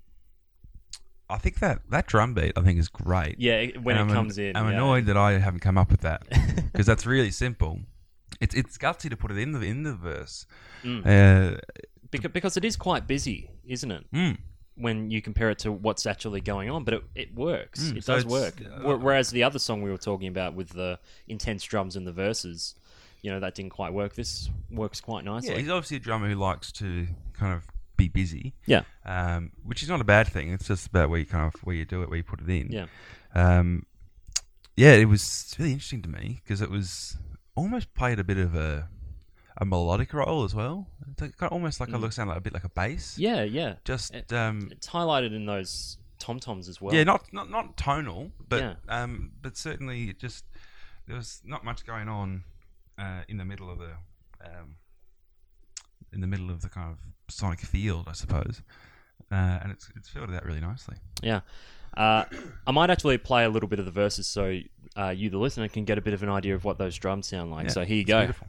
S2: I think that that drum beat I think is great.
S1: Yeah, it- when
S2: And
S1: it
S2: I'm an-
S1: comes in.
S2: I'm
S1: yeah.
S2: annoyed that I haven't come up with that because that's really simple. It's it's gutsy to put it in the in the verse.
S1: Mm.
S2: Uh,
S1: Beca- because it is quite busy, isn't it?
S2: Mm.
S1: When you compare it to what's actually going on, but it, it works. it
S2: Hmm, so
S1: does
S2: it's- uh,
S1: work. Wh- Whereas the other song we were talking about with the intense drums and the verses, you know, that didn't quite work. This works quite
S2: yeah,
S1: nicely.
S2: he's obviously a drummer who likes to kind of be busy.
S1: Yeah.
S2: Um, which is not a bad thing. It's just about where you kind of where you do it, where you put it in.
S1: Yeah.
S2: Um, yeah, it was really interesting to me because it was almost played a bit of a a melodic role as well. It's like, kind of almost like a look sound like a bit like a
S1: Mm.
S2: bass.
S1: Yeah, yeah.
S2: Just
S1: It-
S2: um,
S1: It's highlighted in those tom toms as well.
S2: yeah, not not not tonal, but
S1: Yeah.
S2: um, but certainly it just there was not much going on uh, in the middle of the um, in the middle of the kind of sonic field, I suppose. Uh, and it's it's filled with that really nicely.
S1: Yeah. Uh, I might actually play a little bit of the verses so uh, you, the listener, can get a bit of an idea of what those drums sound like.
S2: Yeah,
S1: so here you
S2: it's
S1: go.
S2: beautiful.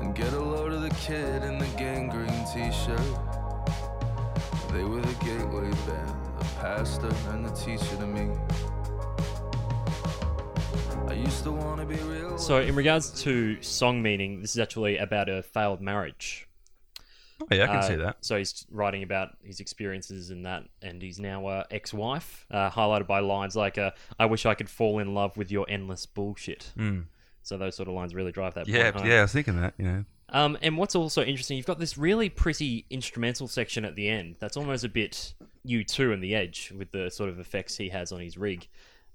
S5: And get a load of the kid in the gangrene t-shirt. They were the gateway band, the pastor and the teacher to me. I used to want to be real.
S1: So, in regards to song meaning, this is actually about a failed marriage.
S2: Oh, yeah, I can
S1: Uh,
S2: see that.
S1: So, he's writing about his experiences in that, and he's now uh, ex wife, uh, highlighted by lines like, uh, I wish I could fall in love with your endless bullshit.
S2: Mm.
S1: So, those sort of lines really drive that
S2: Yeah,
S1: point home.
S2: yeah, I was thinking that. You know,
S1: Um, and what's also interesting, you've got this really pretty instrumental section at the end. That's almost a bit U2 and the Edge with the sort of effects he has on his rig.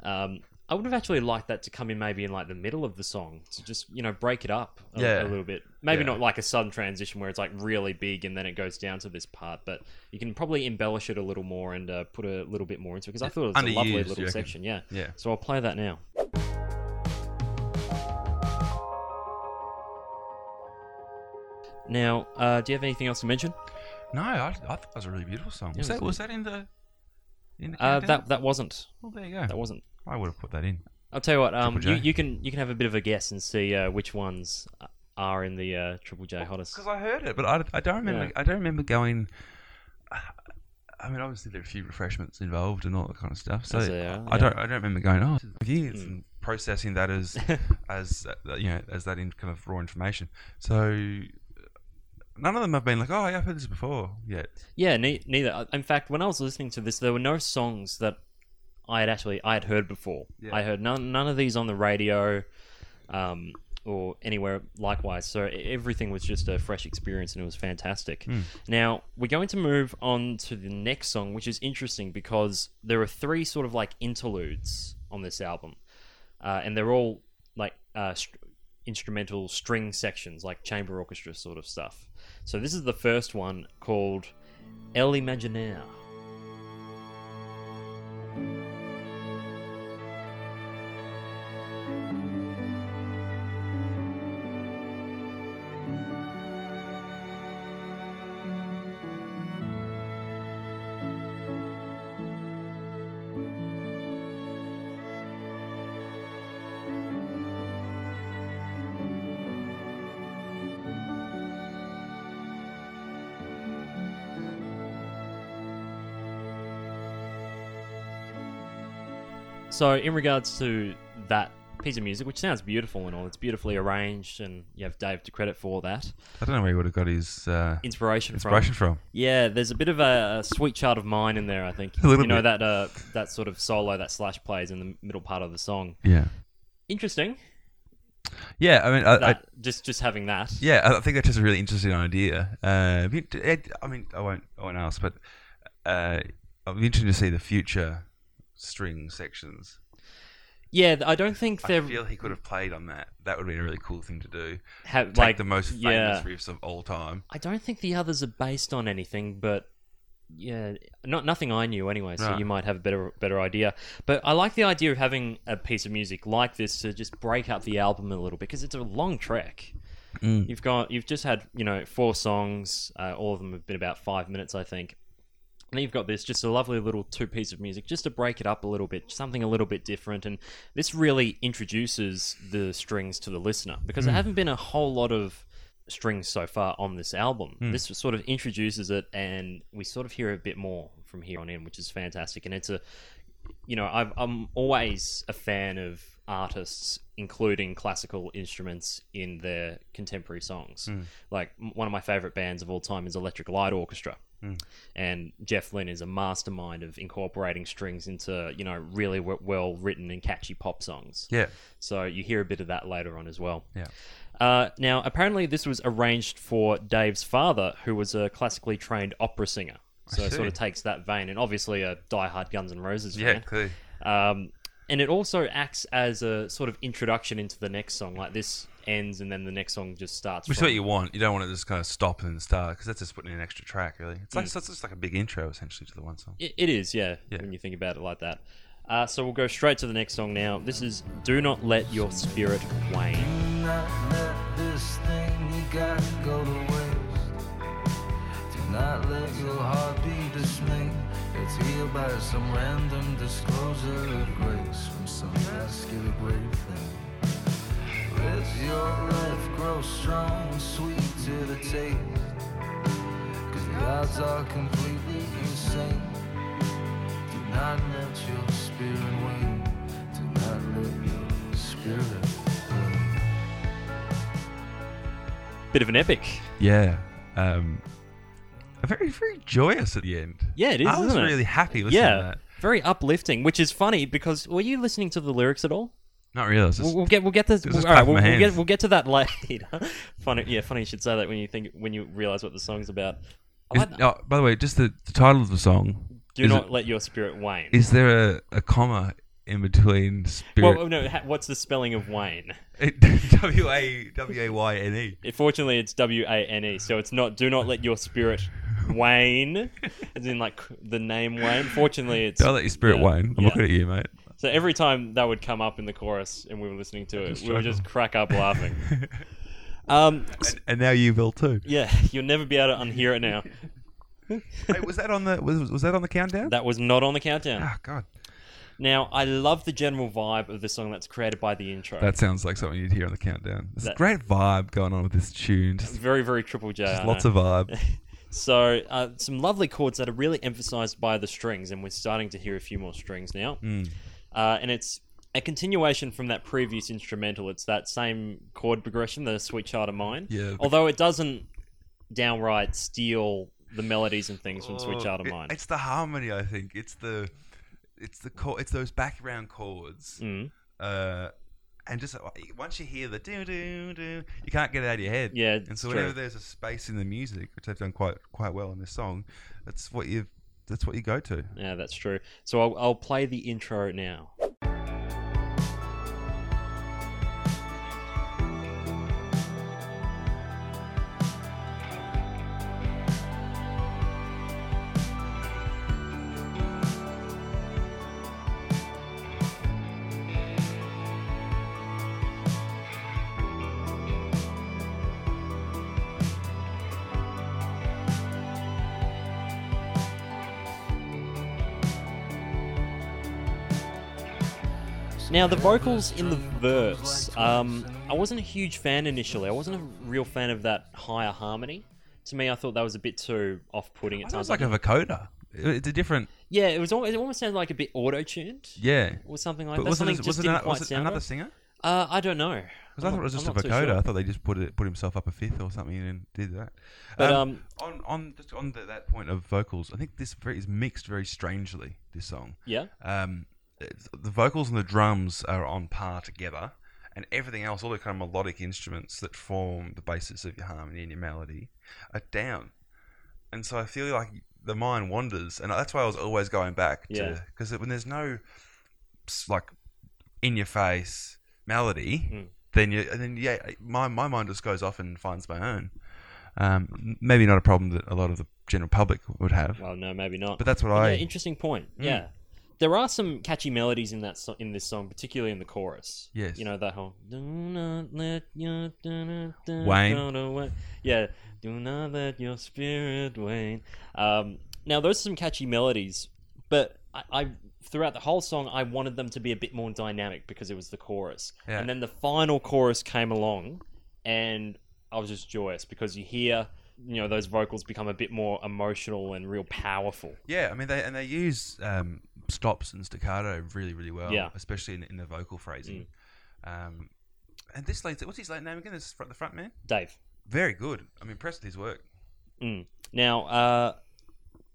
S1: Um, I would have actually liked that to come in maybe in like the middle of the song to just you know break it up a,
S2: Yeah.
S1: a little bit. Maybe
S2: Yeah.
S1: not like a sudden transition where it's like really big and then it goes down to this part, but you can probably embellish it a little more and uh, put a little bit more into it because I thought it was a
S2: Underused,
S1: lovely
S2: you
S1: little
S2: reckon?
S1: section. Yeah.
S2: yeah.
S1: So I'll play that now. Now, uh, do you have anything else to mention?
S2: No, I, I thought that was a really beautiful song.
S1: Yeah,
S2: was
S1: it
S2: that
S1: was
S2: was that in the in the
S1: Uh,
S2: countdown?
S1: that that wasn't.
S2: Well, there you
S1: That
S2: go.
S1: wasn't.
S2: I would have put that in.
S1: I'll tell you what. Um,
S2: Triple
S1: you,
S2: J.
S1: you can you can have a bit of a guess and see uh, which ones are in the uh, Triple J hottest.
S2: because I heard it, but I, I don't remember.
S1: Yeah.
S2: I don't remember going. I mean, obviously there are a few refreshments involved and all that kind of stuff. So
S1: As they are, yeah.
S2: I
S1: Hmm.
S2: don't. I don't remember going. Oh, this is years and processing that as as uh, you know as that in kind of raw information. So none of them have been like, oh, yeah, I've heard this before yet.
S1: Yeah, ne- neither. Uh, In fact, when I was listening to this, there were no songs that I had actually I had heard before.
S2: Yeah.
S1: I heard none none of these on the radio, um, or anywhere likewise. So e- everything was just a fresh experience, and it was fantastic. Now we're going to move on to the next song, which is interesting because there are three sort of like interludes on this album, uh, and they're all like uh, str instrumental string sections, like chamber orchestra sort of stuff. So this is the first one called El Imaginaire. So, in regards to that piece of music, which sounds beautiful and all, it's beautifully arranged, and you have Dave to credit for that
S2: I don't know where he would have got his uh,
S1: inspiration.
S2: inspiration
S1: From.
S2: from.
S1: Yeah, there's a bit of a, a sweet child of mine in there. I think
S2: A little
S1: you know
S2: bit.
S1: that uh, that sort of solo that Slash plays in the middle part of the song.
S2: Yeah.
S1: Interesting.
S2: Yeah. I mean, I, I,
S1: That, just just having that.
S2: Yeah, I- I think that's just a really interesting idea. Uh, be- it- I mean, I won't, I won't ask, but uh, I'll be interested to see the future string sections.
S1: Yeah, th- I don't think
S2: I
S1: they're
S2: feel he could have played on that. That would have been a really cool thing to do.
S1: ha-
S2: Take
S1: like
S2: the most famous
S1: yeah.
S2: riffs of all time.
S1: I don't think the others are based on anything, but yeah, not nothing I knew anyway. So
S2: Right.
S1: you might have a better better idea. But I like the idea of having a piece of music like this to just break up the album a little bit because it's a long track. You've got you've just had you know four songs, uh, all of them have been about five minutes, I think. And then you've got this just a lovely little two piece of music just to break it up a little bit, something a little bit different. And this really introduces the strings to the listener because there haven't been a whole lot of strings so far on this album. This sort of introduces it, and we sort of hear a bit more from here on in, which is fantastic. And it's a, you know, I've, I'm always a fan of artists including classical instruments in their contemporary songs.
S2: Mm.
S1: Like m- one of my favorite bands of all time is Electric Light Orchestra.
S2: Mm.
S1: And Jeff Lynne is a mastermind of incorporating strings into, you know, really w- well written and catchy pop songs.
S2: Yeah,
S1: So you hear a bit of that later on as well.
S2: yeah.
S1: Uh, now, apparently, this was arranged for Dave's father, who was a classically trained opera singer. So it
S2: see.
S1: sort of takes that vein, and obviously a diehard Guns N' Roses
S2: Yeah,
S1: fan.
S2: clearly.
S1: Um, and it also acts as a sort of introduction into the next song. Like this ends, and then the next song just starts.
S2: Which is
S1: from-
S2: what you want. You don't want it to just kind of stop and then start because that's just putting in an extra track, really. It's
S1: Mm.
S2: like it's just like a big intro essentially to the one song.
S1: It, it is, yeah,
S2: Yeah.
S1: when you think about it like that. Uh, so we'll go straight to the next song now. This is Do Not Let Your Spirit Wane.
S5: not let this thing you got go to waste. Do not let your heart be dismayed. It's healed by some random disclosure of grace from some basket of great thing. Let your life grow strong and sweet to the taste. Cause the odds are completely insane. Do not let your spirit wane. Do not let your spirit wane.
S1: Bit of an epic.
S2: Yeah. Um, very, very joyous at the end.
S1: Yeah, it is,
S2: I was
S1: isn't it?
S2: really happy listening to
S1: Yeah,
S2: that.
S1: very uplifting, which is funny because were you listening to the lyrics at all?
S2: Not really. I was just-
S1: We'll, we'll get we'll get this.
S2: was just
S1: all right,
S2: clapping
S1: we'll,
S2: my
S1: we'll get
S2: hands.
S1: we'll get to that later. funny, yeah, funny you should say that when you think when you realize what the song's about. I
S2: is-
S1: like that.
S2: oh, by the way, just the, the title of the song.
S1: Do
S2: is
S1: not
S2: it-
S1: let your spirit wane.
S2: Is there a, a comma in between
S1: well, um,
S2: spirit?
S1: oh, no. ha- What's the spelling of wane?
S2: w a w a y n e.
S1: Fortunately, it's W A N E, so it's not. Do not let your spirit wane, as in like the name Wayne. Fortunately, it's.
S2: Don't let your spirit
S1: yeah,
S2: wane. I'm
S1: yeah.
S2: looking at you, mate.
S1: So every time that would come up in the chorus, and we were listening to it, we would just crack up laughing. Um, s-
S2: And now you will too.
S1: yeah, you'll never be able to unhear it now.
S2: Hey, was that on the was, was that on the countdown?
S1: That was not on the countdown.
S2: Ah, God,
S1: Now, I love the general vibe of the song that's created by the intro.
S2: that sounds like something you'd hear on the countdown. There's
S1: That-
S2: a great vibe going on with this tune. Just,
S1: very, very triple J.
S2: just
S1: I
S2: lots
S1: know.
S2: of vibe.
S1: So, uh, some lovely chords that are really emphasized by the strings, and we're starting to hear a few more strings now.
S2: Mm,
S1: Uh, and it's a continuation from that previous instrumental. It's that same chord progression, the Sweet Child of Mine.
S2: Yeah.
S1: Although it doesn't downright steal the melodies and things from Sweet
S2: Oh,
S1: Child of
S2: it-
S1: Mine.
S2: It's the harmony, I think. It's the it's the chord, it's those background chords.
S1: Mm.
S2: Uh, and just uh, once you hear the do do do, you can't get it out of your head.
S1: Yeah,
S2: And
S1: it's
S2: so
S1: true.
S2: whenever there's a space in the music, which they've done quite quite well in this song, that's what you that's what you go to.
S1: Yeah, that's true. So I'll, I'll play the intro now. Now the vocals in the verse, um, I wasn't a huge fan initially. I wasn't a real fan of that higher harmony. To me, I thought that was a bit too off-putting at
S2: It sounds
S1: times.
S2: like a vocoder. It- It's a different
S1: yeah, it was. al- It almost sounded like a bit auto-tuned
S2: yeah.
S1: or something like
S2: But
S1: that.
S2: wasn't
S1: something
S2: it,
S1: just
S2: wasn't
S1: didn't
S2: it,
S1: quite
S2: was it
S1: sound
S2: another
S1: right.
S2: singer?
S1: Uh, I don't know.
S2: Because I thought it was just a
S1: I'm not too
S2: vocoder.
S1: sure.
S2: I thought they just put it, put himself up a fifth or something and did that.
S1: But, um,
S2: on on just on the, that point of vocals, I think this very, is mixed very strangely. This song,
S1: Yeah.
S2: um, it's- the vocals and the drums are on par together, and everything else, all the kind of melodic instruments that form the basis of your harmony and your melody, are down. And so I feel like the mind wanders, and that's why I was always going back
S1: Yeah.
S2: to because when there's no s- like in your face melody,
S1: Mm.
S2: then you and then yeah, my my mind just goes off and finds my own. Um, m- maybe not a problem that a lot of the general public would have,
S1: Well, no, maybe not.
S2: but that's what
S1: But
S2: I.
S1: yeah, interesting point.
S2: Hmm.
S1: Yeah, there are some catchy melodies in that so- in this song, particularly in the chorus.
S2: Yes.
S1: you know that whole do not let your do not- do
S2: Wane.
S1: not away." Yeah, do not let your spirit wane. Um, now those are some catchy melodies, but I, I throughout the whole song I wanted them to be a bit more dynamic because it was the chorus,
S2: Yeah.
S1: and then the final chorus came along, and I was just joyous because you hear. You know those vocals become a bit more emotional and real powerful.
S2: Yeah, I mean, they and they use um, stops and staccato really, really well.
S1: Yeah. Mm.
S2: especially in, in the vocal phrasing. Um, and this late, what's his late name again? This front, the front man.
S1: Dave.
S2: Very good. I'm impressed with his work.
S1: Mm. Now, uh,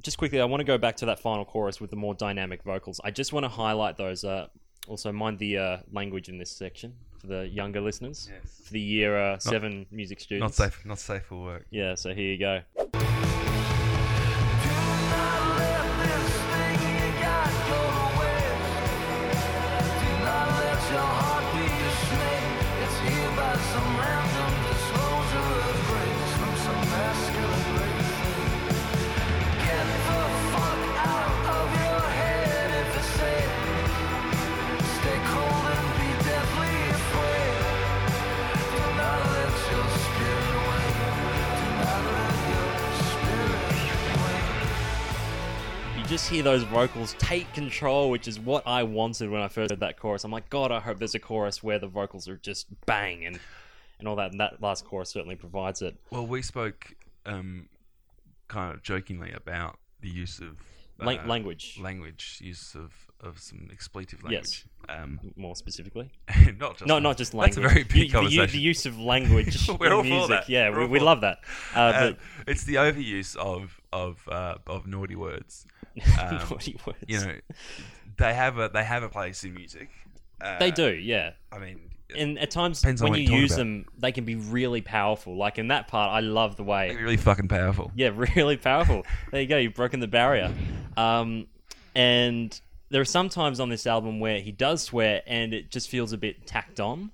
S1: just quickly, I want to go back to that final chorus with the more dynamic vocals. I just want to highlight those. Uh, also, mind the uh, language in this section for for the younger listeners.
S2: Yes.
S1: For the year uh, seven music
S2: Not
S1: students.
S2: safe. Not safe for work.
S1: Yeah, so here you go.
S5: Some random disclosure of grace from some masculine race. Get the fuck out of your head if it's safe. Stay cold and be deathly afraid. Do not let your spirit wait. Do not let your spirit wait.
S1: You just hear those vocals take control, which is what I wanted when I first heard that chorus. I'm like, God, I hope there's a chorus where the vocals are just bang and, and all that. And that last chorus certainly provides it.
S2: Well, we spoke um, kind of jokingly about the use of
S1: Lang-
S2: uh,
S1: language,
S2: language, use of, of some expletive language. Um,
S1: more specifically.
S2: not just
S1: No, Mm. not just language.
S2: That's a very
S1: You-
S2: big
S1: the, u-
S2: conversation.
S1: the use of language
S2: We're
S1: in
S2: all for
S1: music.
S2: that.
S1: Yeah,
S2: We're
S1: we,
S2: all
S1: we
S2: for
S1: love that. Uh,
S2: Uh,
S1: but
S2: it's the overuse of of uh, of naughty words. um,
S1: naughty words.
S2: You know, they have a they have a place in music. Uh,
S1: they do, yeah.
S2: I mean,
S1: And at times
S2: Depends on
S1: when
S2: what
S1: you
S2: you're talking
S1: use
S2: about.
S1: them, they can be really powerful. Like in that part, I love the way
S2: they're really fucking powerful.
S1: Yeah, really powerful. there you go. You've broken the barrier. Um, and there are some times on this album where he does swear, and it just feels a bit tacked on.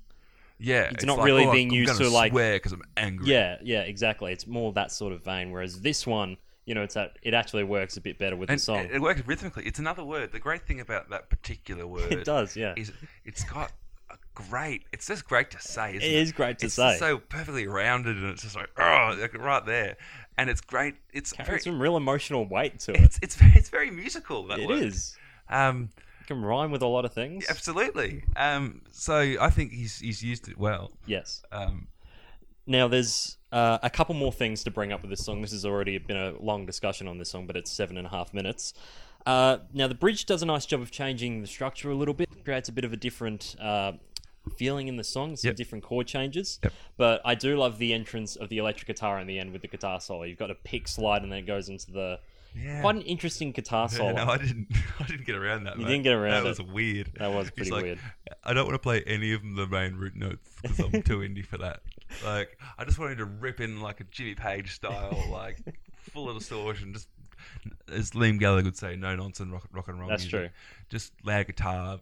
S2: Yeah, oh,
S1: It's not really being
S2: I'm
S1: used
S2: gonna
S1: to, like-
S2: swear because I'm angry.
S1: Yeah, yeah, exactly. It's more that sort of vein. Whereas this one, you know, it's that it actually works a bit better with
S2: and
S1: the song.
S2: it- it works rhythmically. It's another word. The great thing about that particular word,
S1: It does, yeah.
S2: is it's got a great. It's just great to say. Isn't it,
S1: It is great to
S2: it's
S1: say.
S2: so perfectly rounded, and it's just like oh, like right there, and it's great. It's
S1: Carries
S2: very,
S1: some real emotional weight to it.
S2: it's it's very, it's very musical. That
S1: It
S2: word.
S1: is.
S2: Um,
S1: It can rhyme with a lot of things.
S2: absolutely. Um, so I think he's he's used it well.
S1: Yes.
S2: Um,
S1: Now, there's uh, a couple more things to bring up with this song. This has already been a long discussion on this song, but it's seven and a half minutes. Uh, now, the bridge does a nice job of changing the structure a little bit, creates a bit of a different uh, feeling in the song, some
S2: Yep.
S1: different chord changes.
S2: Yep.
S1: But I do love the entrance of the electric guitar in the end with the guitar solo. You've got a pick slide, and then it goes into the.
S2: yeah.
S1: Quite an interesting guitar
S2: Yeah,
S1: solo.
S2: No, I didn't. I didn't get around that.
S1: You
S2: mate.
S1: didn't get around
S2: That
S1: it.
S2: was weird.
S1: That was
S2: He's
S1: pretty
S2: like,
S1: weird.
S2: I don't want to play any of the main root notes because I'm too indie for that. Like, I just wanted to rip in like a Jimmy Page style, like full of distortion. Just as Liam Gallagher would say, no nonsense rock, rock and roll.
S1: That's
S2: music.
S1: true.
S2: Just loud guitar,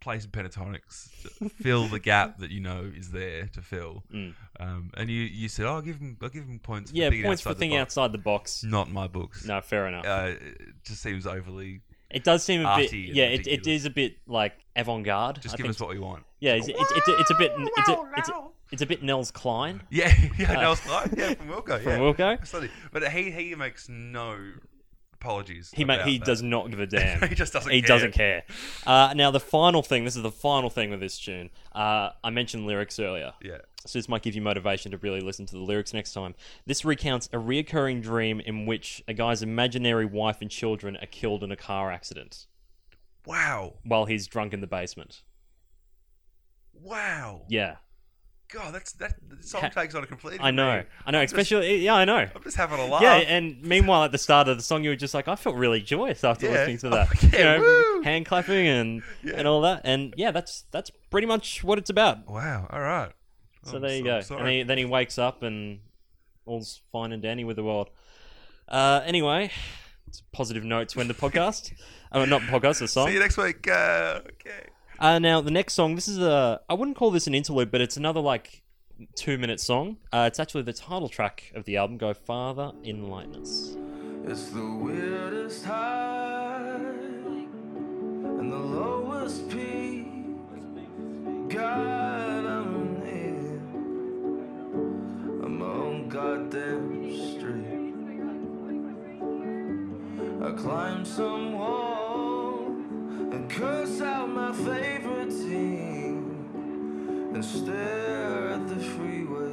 S2: play some pentatonics, fill the gap that you know is there to fill.
S1: Mm.
S2: Um, and you you said, oh, I'll give him, I'll give him points. For
S1: yeah,
S2: thinking
S1: points for
S2: outside the
S1: thinking
S2: box.
S1: outside the box.
S2: Not in my books.
S1: No, fair enough.
S2: Uh, it just seems overly
S1: it does seem a bit.
S2: arty and
S1: Yeah, it, it
S2: ridiculous.
S1: is a bit like avant garde.
S2: Just give us what we want.
S1: Yeah, it's, it's, it's, a, it's a bit it's a, it's, a, it's a bit Nels Klein
S2: Yeah, yeah, that was Clive. Yeah, from Wilco.
S1: Uh, from
S2: yeah.
S1: Wilco.
S2: Absolutely. But he he makes no apologies.
S1: He ma-
S2: about
S1: he
S2: that.
S1: does not give a damn.
S2: he just doesn't.
S1: he
S2: care.
S1: doesn't care. Uh, now the final thing. This is the final thing with this tune. Uh, I mentioned lyrics earlier.
S2: Yeah.
S1: So this might give you motivation to really listen to the lyrics next time. This recounts a reoccurring dream in which a guy's imaginary wife and children are killed in a car accident
S2: Wow.
S1: while he's drunk in the basement.
S2: Wow.
S1: Yeah,
S2: God, that's that the song
S1: Ha-
S2: takes on a complete.
S1: I know,
S2: new-
S1: I know.
S2: I'm just-
S1: Especially, yeah, I know.
S2: I'm just having a laugh.
S1: Yeah, and meanwhile, at the start of the song, you were just like, I felt really joyous after
S2: Yeah.
S1: listening to that.
S2: Yeah,
S1: you know,
S2: woo!
S1: hand clapping and and all that. And yeah, that's that's pretty much what it's about.
S2: Wow. All right.
S1: So
S2: I'm
S1: there you
S2: so-
S1: go.
S2: sorry.
S1: And he, then he wakes up and all's fine and dandy with the world. Uh, anyway, it's positive notes when the podcast. Oh, not podcast, the song.
S2: See you next week. Uh, okay.
S1: Uh, now the next song, this is a I wouldn't call this an interlude, but it's another like two minute song. Uh, it's actually the title track of the album, Go Farther in Lightness.
S5: It's the weirdest high and the lowest peak. God, I'm here. I'm on goddamn street. I climb some wall and curse out my favorite team and stare at the freeway,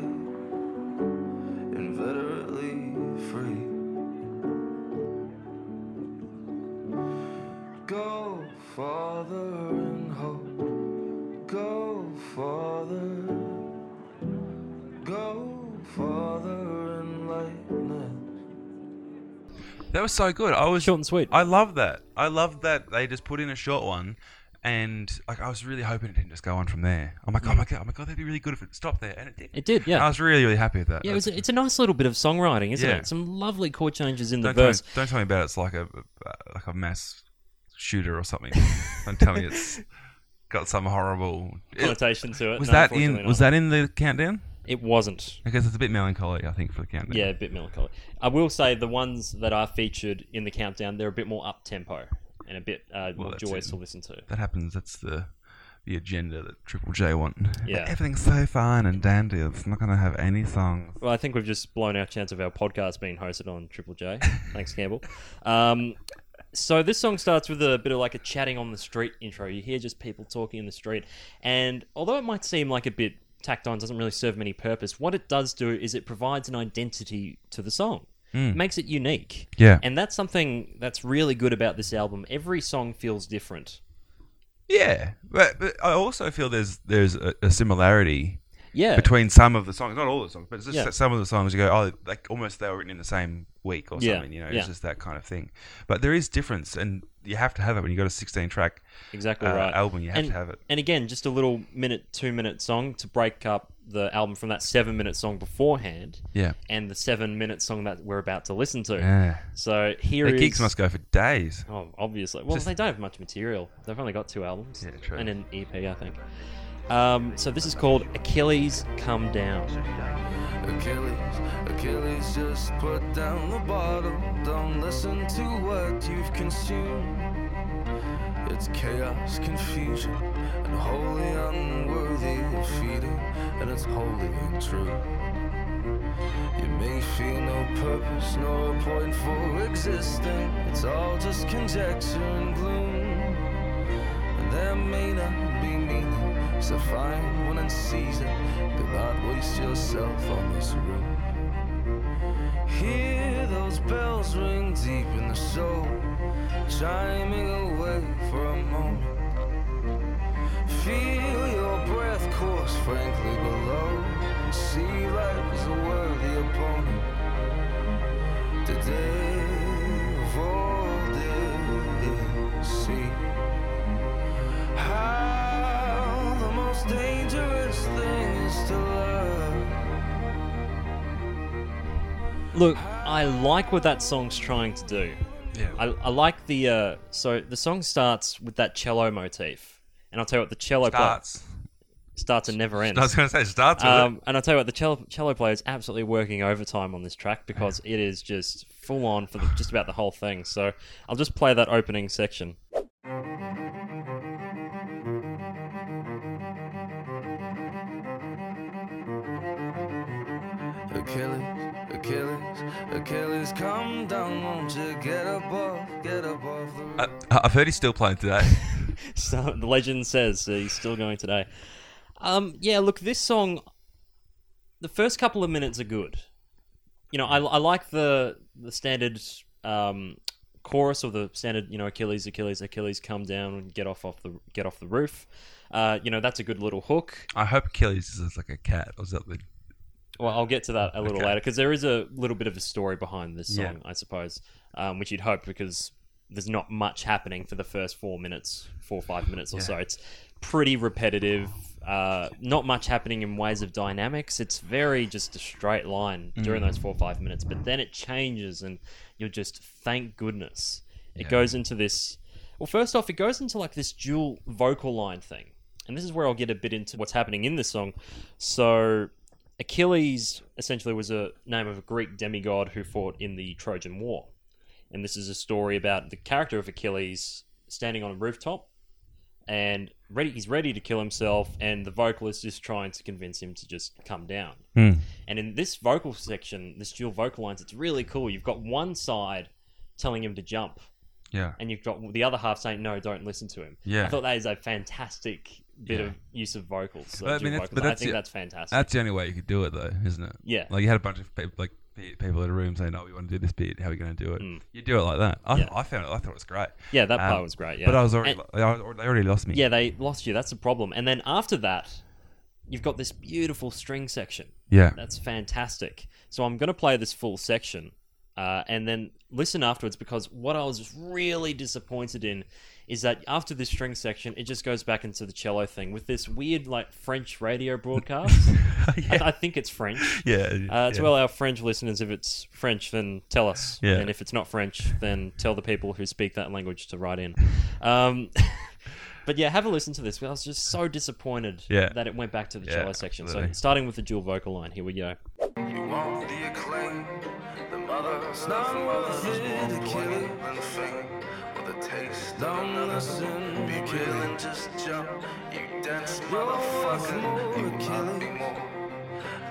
S5: inveterately free. Go farther in hope. Go farther. Go farther in lightness.
S2: That was so good. I was
S1: Short and sweet.
S2: I love that. I love that they just put in a short one and like I was really hoping it didn't just go on from there. I'm like, oh my god, oh my god, that'd be really good if it stopped there, and it did.
S1: Mm. It did, yeah.
S2: I was really, really happy with that.
S1: yeah, it
S2: That's-
S1: was, it's a nice little bit of songwriting, isn't
S2: Yeah.
S1: it? Some lovely chord changes in the
S2: don't, tell me,
S1: verse.
S2: don't tell me about it's like a uh, like a mass shooter or something. don't tell me it's got some horrible. It,
S1: Connotation to it.
S2: was
S1: No,
S2: that
S1: unfortunately
S2: in? Was
S1: not.
S2: that in the countdown?
S1: It wasn't.
S2: Because it's a bit melancholy, I think, for the countdown.
S1: Yeah, a bit melancholy. I will say the ones that are featured in the countdown, they're a bit more up tempo and a bit uh, more
S2: that's
S1: joyous
S2: it.
S1: to listen to.
S2: that happens. That's the the agenda that Triple J want. Like,
S1: Yeah.
S2: everything's so fine and dandy. It's not going to have any songs.
S1: Well, I think we've just blown our chance of our podcast being hosted on Triple J. Thanks, Campbell. Um, so this song starts with a bit of like a chatting on the street intro. You hear just people talking in the street, and although it might seem like a bit tacked on, doesn't really serve any purpose. What it does do is it provides an identity to the song. It makes it unique.
S2: Yeah.
S1: And that's something that's really good about this album. Every song feels different.
S2: Yeah, but, but I also feel there's there's a, a similarity
S1: Yeah.
S2: between some of the songs, not all the songs, but it's just
S1: Yeah.
S2: that some of the songs you go, oh, like almost they were written in the same week or
S1: Yeah,
S2: something. You know,
S1: yeah.
S2: it's just that kind of thing. But there is difference, and you have to have it when you have got a 16 track
S1: exactly
S2: uh,
S1: right.
S2: album. You have
S1: and,
S2: to have it.
S1: And again, just a little minute, two minute song to break up the album from that seven minute song beforehand
S2: Yeah.
S1: and the seven minute song that we're about to listen to.
S2: Yeah.
S1: So here
S2: The
S1: is
S2: gigs must go for days.
S1: Oh, obviously. Well,
S2: Just-
S1: they don't have much material. They've only got two albums
S2: Yeah, true.
S1: and an EP, I think. Um, so this is called Achilles Come Down.
S5: Achilles, Achilles, just put down the bottle. Don't listen to what you've consumed. It's chaos, confusion, and wholly unworthy of feeding, and it's wholly untrue. You may feel no purpose, nor point for existing. It's all just conjecture and gloom. There may not be meaning, so find one and seize it. Do not waste yourself on this room. Hear those bells ring deep in the soul, chiming away for a moment. Feel your breath course frankly below, and see life as a worthy opponent. Today, of all days, see. How the most dangerous thing is to love.
S1: Look, I like what that song's trying to do.
S2: Yeah.
S1: I, I like the uh, so the song starts with that cello motif, and I'll tell you what the cello pla-
S2: Starts.
S1: starts and never ends.
S2: I was going to say starts. with it.
S1: Um, and I'll tell you what, the cello, cello player is absolutely working overtime on this track because it is just full on for the, just about the whole thing. So I'll just play that opening section.
S5: Achilles, Achilles, Achilles, come down, won't you? Get above, get above the
S2: I, Uh, I've heard he's still playing today.
S1: So the legend says that he's still going today. Um, yeah, look, this song, the first couple of minutes are good. You know, I, I like the the standard um, chorus or the standard, you know, Achilles, Achilles, Achilles, come down and get off off the get off the roof. Uh, you know, that's a good little hook.
S2: I hope Achilles is just like a cat or something.
S1: Well, I'll get to that a little
S2: Okay.
S1: later because there is a little bit of a story behind this song,
S2: Yeah.
S1: I suppose, um, which you'd hope because there's not much happening for the first four minutes, four or five minutes or so. It's pretty repetitive. Uh, not much happening in ways of dynamics. It's very just a straight line during
S2: Mm.
S1: those four or five minutes, but then it changes, and you're just thank goodness it goes into this. Well, first off, it goes into like this dual vocal line thing, and this is where I'll get a bit into what's happening in this song. So Achilles essentially was a name of a Greek demigod who fought in the Trojan War. And this is a story about the character of Achilles standing on a rooftop and ready he's ready to kill himself and the vocalist is trying to convince him to just come down.
S2: Hmm.
S1: And in this vocal section, this dual vocal lines, it's really cool. You've got one side telling him to jump
S2: Yeah.
S1: and you've got the other half saying no, don't listen to him.
S2: Yeah.
S1: I thought that is a fantastic bit
S2: Yeah.
S1: of use of vocals.
S2: But I
S1: I,
S2: mean, that's- but
S1: I
S2: that's
S1: think
S2: the-
S1: that's fantastic.
S2: That's the only way you could do it, though, isn't it?
S1: Yeah.
S2: Like you had a bunch of people, like pe- people in a room saying, "Oh, we want to do this bit. How are we going to do it?" You do it like that. I,
S1: Mm. Yeah.
S2: I found it. I thought it was great.
S1: Yeah, that
S2: Um,
S1: part was great. Yeah,
S2: But I was already.
S1: And-
S2: I was, they already lost me.
S1: yeah, they lost you. That's the problem. And then after that, you've got this beautiful string section.
S2: Yeah.
S1: That's fantastic. So I'm going to play this full section, uh, and then listen afterwards because what I was really disappointed in is that after this string section, it just goes back into the cello thing with this weird like French radio broadcast. I, I think it's French.
S2: yeah,
S1: Uh, to
S2: yeah.
S1: all our French listeners, if it's French, then tell us.
S2: Yeah.
S1: And if it's not French, then tell the people who speak that language to write in. Um, but yeah, have a listen to this. I was just so disappointed
S2: Yeah.
S1: that it went back to the
S2: Yeah,
S1: cello section.
S2: absolutely.
S1: So starting with the dual vocal line, here we go.
S3: You want the acclaim, the mother, nothing mothers
S5: here to
S3: won't
S5: kill
S3: dwell
S5: it.
S3: in fame. With a taste of
S5: Don't
S3: another,
S5: listen,
S3: be
S5: kill
S3: real
S5: it.
S3: and just jump. You dance,
S5: You're
S3: motherfucker,
S5: more
S3: you
S5: to kill
S3: might
S5: it.
S3: be more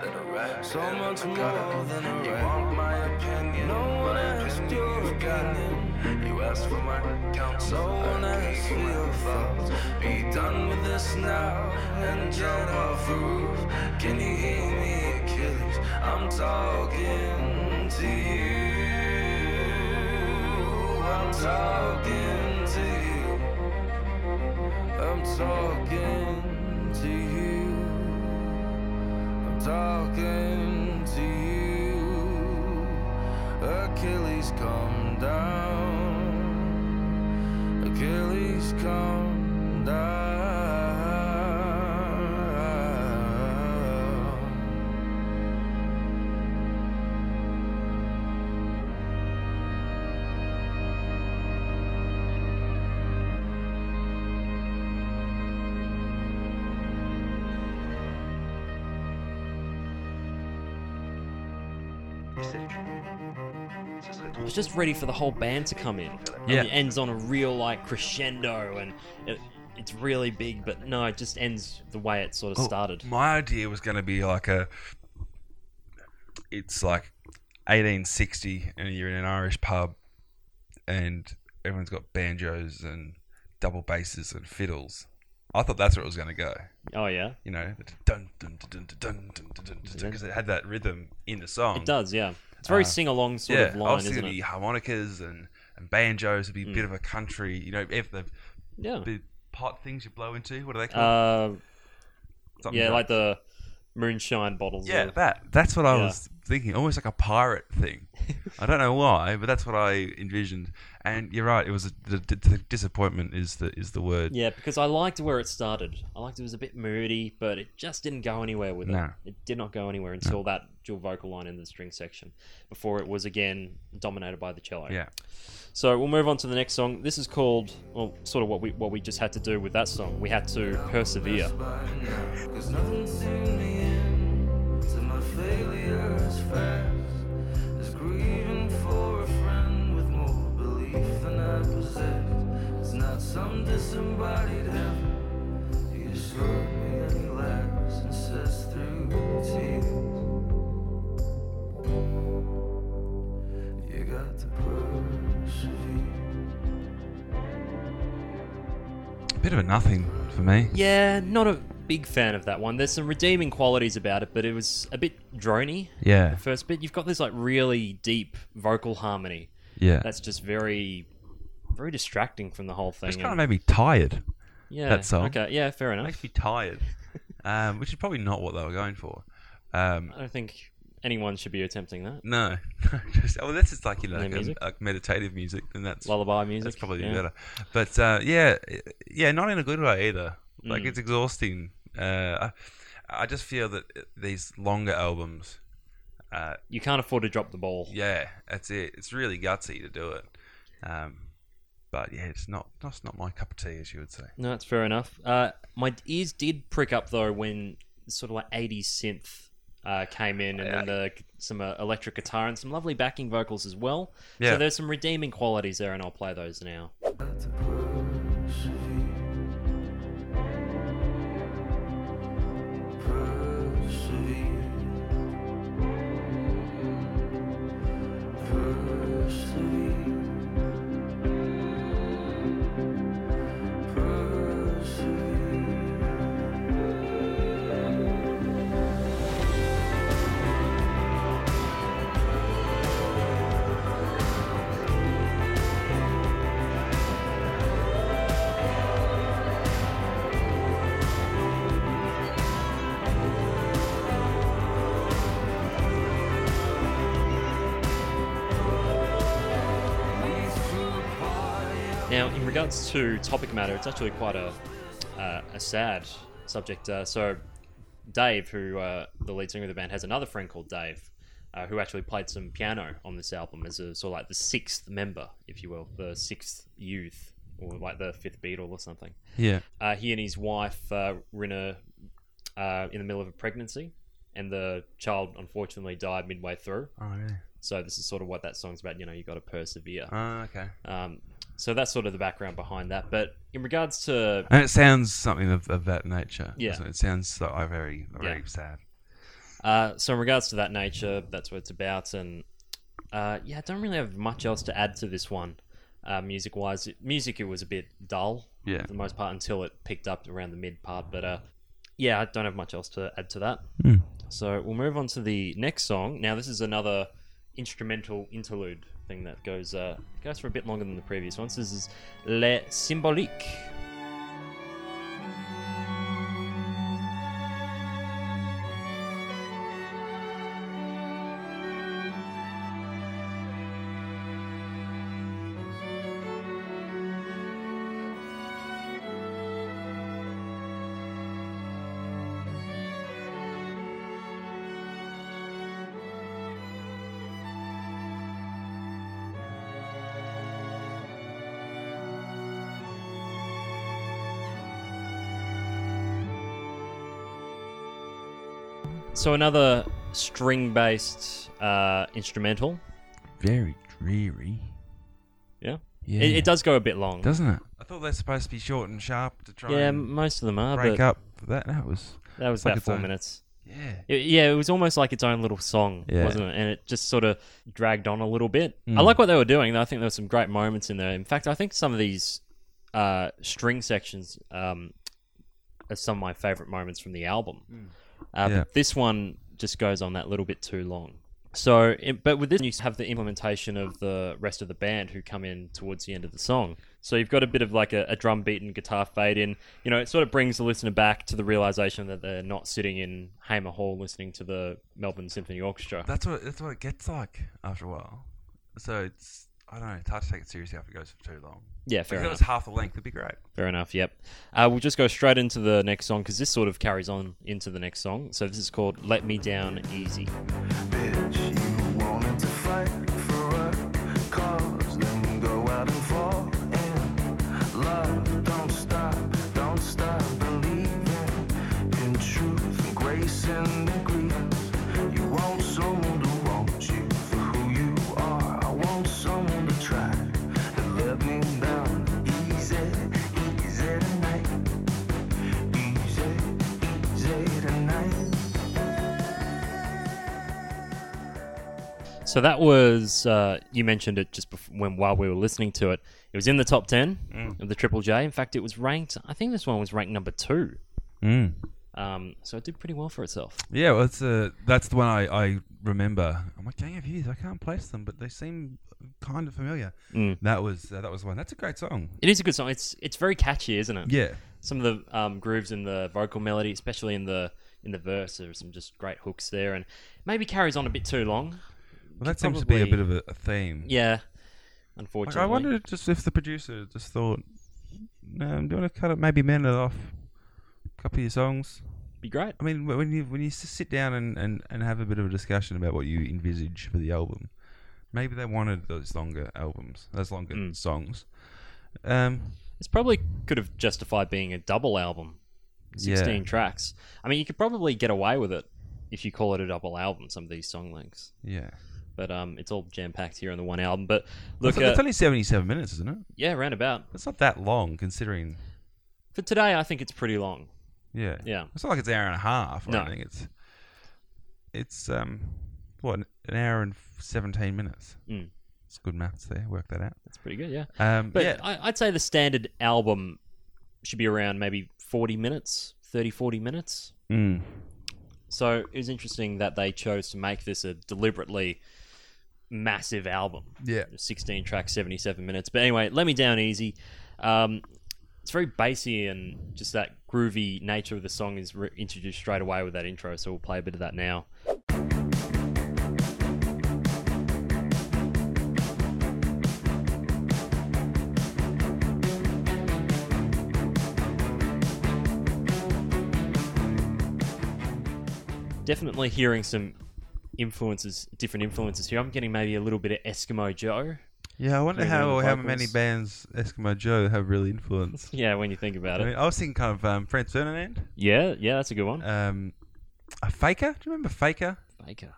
S3: than a rat.
S5: So
S3: and a
S5: much more
S3: gun.
S5: than a
S3: You
S5: rat.
S3: want my opinion,
S5: No one
S3: my
S5: asked
S3: opinion
S5: your
S3: you've got.
S5: opinion.
S3: You asked for my counsel,
S5: No one
S3: I
S5: asked
S3: gave you
S5: for
S3: my
S5: your
S3: thoughts. Be done with this now and jump off the roof. Can you hear me, Achilles? I'm talking to you. I'm talking to you. I'm talking to you. I'm talking to you. Achilles, come down. Achilles, come down.
S1: I was just ready for the whole band to come in.
S2: Yeah.
S1: And it ends on a real like crescendo and it, it's really big, but no, it just ends the way it sort of
S2: Oh,
S1: started.
S2: My idea was going to be like a. It's like 1860, and you're in an Irish pub, and everyone's got banjos and double basses and fiddles. I thought that's where it was going to go.
S1: Oh yeah.
S2: You know, the dun dun dun dun dun dun dun dun because it had that rhythm in the song.
S1: It does, yeah. It's very sing along sort
S2: Uh, yeah,
S1: of
S2: I
S1: line,
S2: was
S1: isn't
S2: thinking
S1: it? Mm.
S2: it'd be harmonicas and, and banjos. It'd be a bit of a country. You know, if the,
S1: Yeah.
S2: the pot things you blow into, what are they called?
S1: Uh,
S2: Something
S1: yeah, like the moonshine bottles.
S2: Yeah,
S1: of-
S2: that that's what I
S1: Yeah.
S2: was thinking. Almost like a pirate thing. I don't know why, but that's what I envisioned. And you're right. It was a, the, the, the disappointment is the is the word.
S1: Yeah, because I liked where it started. I liked it was a bit moody, but it just didn't go anywhere with
S2: No.
S1: it. It did not go anywhere until that dual vocal line in the string section, before it was again dominated by the cello.
S2: Yeah.
S1: So we'll move on to the next song. This is called, well, sort of what we what we just had to do with that song. We had to persevere.
S5: Cause nothing seemed the end to my failure as fast as grieving for a friend with more belief than I possess. It's not some disembodied heaven. He assured me that he laughs and says through tears, You got to persevere.
S2: Bit of a nothing for me.
S1: Yeah, not a big fan of that one. There's some redeeming qualities about it, but it was a bit drony.
S2: Yeah.
S1: The first bit, you've got this like really deep vocal harmony
S2: Yeah.
S1: that's just very, very distracting from the whole thing.
S2: Just kind of
S1: and-
S2: made me tired.
S1: yeah,
S2: that song.
S1: Okay, yeah, fair enough.
S2: Makes me tired. um, which is probably not what they were going for. Um,
S1: I don't think anyone should be attempting that.
S2: no. Just, well, this is like you know,
S1: No
S2: like, um,
S1: music?
S2: like meditative music, and that's
S1: Lullaby music.
S2: That's probably
S1: yeah.
S2: better. But uh, yeah, yeah, not in a good way either.
S1: Mm.
S2: Like it's exhausting. Uh, I, I just feel that these longer albums, uh,
S1: You can't afford to drop the ball.
S2: yeah, that's it. It's really gutsy to do it. Um, but yeah, it's not that's not my cup of tea, as you would say.
S1: No, that's fair enough. Uh, my ears did prick up though when sort of like 80s synth uh, came in, and then the, some uh, electric guitar and some lovely backing vocals as well.
S2: Yeah.
S1: So there's some redeeming qualities there, and I'll play those now.
S5: Got to persevere. Persevere. Persevere. Persevere.
S1: Persevere. regards to topic matter, it's actually quite a uh, a sad subject. Uh, so, Dave, who uh, the lead singer of the band, has another friend called Dave, uh, who actually played some piano on this album as a, sort of like the sixth member, if you will, the sixth youth, or like the fifth Beatle or something.
S2: Yeah.
S1: Uh, he and his wife uh, were in a uh, in the middle of a pregnancy, and the child unfortunately died midway through.
S2: Oh, really?
S1: So this is sort of what that song's about. You know, you got to persevere.
S2: Oh, okay.
S1: Um, so that's sort of the background behind that. But in regards to
S2: And it sounds something of, of that nature.
S1: Yeah.
S2: doesn't It It sounds so, uh, very, very
S1: Yeah.
S2: sad.
S1: uh, so in regards to that nature, that's what it's about. And uh, yeah, I don't really have much else to add to this one. Uh, music wise, music it was a bit dull
S2: Yeah.
S1: for the most part until it picked up around the mid part. But uh, yeah, I don't have much else to add to that. So we'll move on to the next song. Now this is another instrumental interlude thing that goes uh, goes for a bit longer than the previous ones. This is Le Symbolique. So another string-based uh, instrumental.
S2: Very dreary.
S1: Yeah.
S2: Yeah.
S1: It, it does go a bit long.
S2: Doesn't it? I thought they're supposed to be short and sharp to try
S1: yeah,
S2: and
S1: most of them are,
S2: break
S1: but
S2: up. That that was.
S1: that was
S2: it's like
S1: about
S2: its
S1: four
S2: own-
S1: minutes.
S2: Yeah.
S1: It- yeah, it was almost like its own little song,
S2: Yeah.
S1: wasn't it? And it just sort of dragged on a little bit. I
S2: Mm.
S1: like what they were doing. though. I think there were some great moments in there. In fact, I think some of these uh, string sections um, are some of my favorite moments from the album. Uh,
S2: Yeah.
S1: But this one just goes on that little bit too long. So, it, but with this, you have the implementation of the rest of the band who come in towards the end of the song. So you've got a bit of like a, a drum beat and guitar fade in. You know, it sort of brings the listener back to the realization that they're not sitting in Hamer Hall listening to the Melbourne Symphony Orchestra.
S2: That's what that's what it gets like after a while. So it's I don't know. It's hard to take it seriously after it goes for too long.
S1: yeah,
S2: Like,
S1: fair
S2: if it
S1: enough.
S2: was half the length, it'd be great.
S1: Fair enough. Yep. Uh, we'll just go straight into the next song because this sort of carries on into the next song. So this is called "Let Me Down Easy."
S3: Bitch, you wanted to fight for a cause, then go out and fall in love. Don't stop, don't stop believing in truth and grace and the grief. You want someone to want you for who you are. I want someone to try to let me down easy, easy tonight. Easy, easy tonight.
S1: So that was uh, you mentioned it just before, when while we were listening to it. It was in the top ten
S2: Mm.
S1: of the Triple J. In fact, it was ranked. I think this one was ranked number two.
S2: Mm.
S1: Um, so it did pretty well for itself.
S2: Yeah, well, it's uh, that's the one I, I remember. I'm like, dang, I've used. I can't place them, but they seem kind of familiar.
S1: Mm.
S2: That was uh, that was one. That's a great song.
S1: It is a good song. It's it's very catchy, isn't it?
S2: Yeah,
S1: Some of the um, grooves in the vocal melody, especially in the in the verse, there are some just great hooks there, and maybe carries on a bit too long.
S2: well, that
S1: Could
S2: seems to be a
S1: probably-
S2: bit of a, a theme.
S1: Yeah,
S2: like,
S1: unfortunately.
S2: I wonder just if the producer just thought, no, I'm doing a cut it, maybe man it off, copy your songs.
S1: Be great.
S2: I mean, wh- when you when you s- sit down and, and, and have a bit of a discussion about what you envisage for the album, maybe they wanted those longer albums, those longer
S1: Mm.
S2: songs. Um,
S1: This probably could have justified being a double album,
S2: Yeah.
S1: sixteen tracks. I mean, you could probably get away with it if you call it a double album. Some of these song lengths,
S2: yeah,
S1: but um, it's all jam packed here in the one album. But look,
S2: it's,
S1: uh,
S2: it's only seventy seven minutes, isn't it?
S1: yeah, roundabout
S2: It's not that long considering.
S1: for today, I think it's pretty long.
S2: Yeah,
S1: Yeah,
S2: It's not like it's an hour and a half or
S1: No.
S2: anything. It's it's um what an hour and seventeen minutes.
S1: Mm.
S2: It's good maths there. Work that out.
S1: that's pretty good. Yeah,
S2: Um,
S1: but
S2: yeah,
S1: I, I'd say the standard album should be around maybe forty minutes, 30, 40 minutes.
S2: Mm.
S1: So it was interesting that they chose to make this a deliberately massive album.
S2: yeah.
S1: 16 tracks, 77 minutes. But anyway, Let Me Down Easy. Um, it's very bassy and just that groovy nature of the song is re- introduced straight away with that intro. So we'll play a bit of that now.
S3: Easy,
S1: definitely hearing some influences, different influences here. I'm getting maybe a little bit of Eskimo Joe.
S2: Yeah, I wonder
S1: Moving on
S2: how
S1: to
S2: how many
S1: vocals.
S2: bands Eskimo Joe have really influenced.
S1: Yeah, when you think about
S2: I mean,
S1: it.
S2: I was thinking kind of um, Franz Ferdinand,
S1: Yeah, yeah, that's a good one.
S2: um, a Faker. Do you remember Faker?
S1: Baker.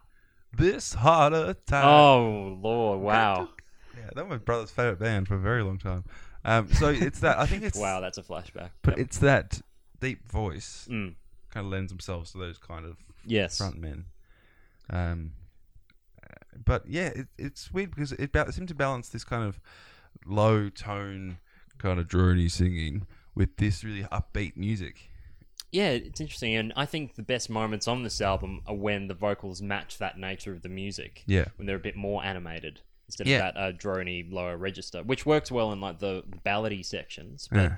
S2: This harder time.
S1: Oh Lord! Wow,
S2: Yeah, that was my brother's favorite band for a very long time. Um, so it's that. I think it's
S1: wow, that's a flashback.
S2: But
S1: Yep.
S2: it's that deep voice
S1: Mm.
S2: kind of lends themselves to those kind of
S1: Yes.
S2: front men. Um, uh, but yeah, it, it's weird because it, ba- it seemed to balance this kind of low tone, kind of drony singing with this really upbeat music.
S1: Yeah, it's interesting, and I think the best moments on this album are when the vocals match that nature of the music.
S2: Yeah.
S1: when they're a bit more animated instead
S2: Yeah.
S1: of that uh, drony lower register, which works well in like the ballady sections, but
S2: Yeah.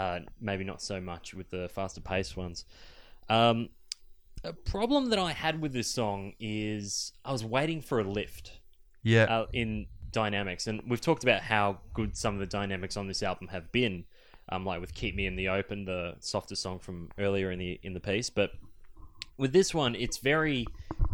S1: uh, maybe not so much with the faster paced ones. Um, a problem that I had with this song is I was waiting for a lift
S2: Yeah.
S1: uh, in dynamics, and we've talked about how good some of the dynamics on this album have been, um, like with "Keep Me in the Open," the softer song from earlier in the in the piece. But with this one, it's very,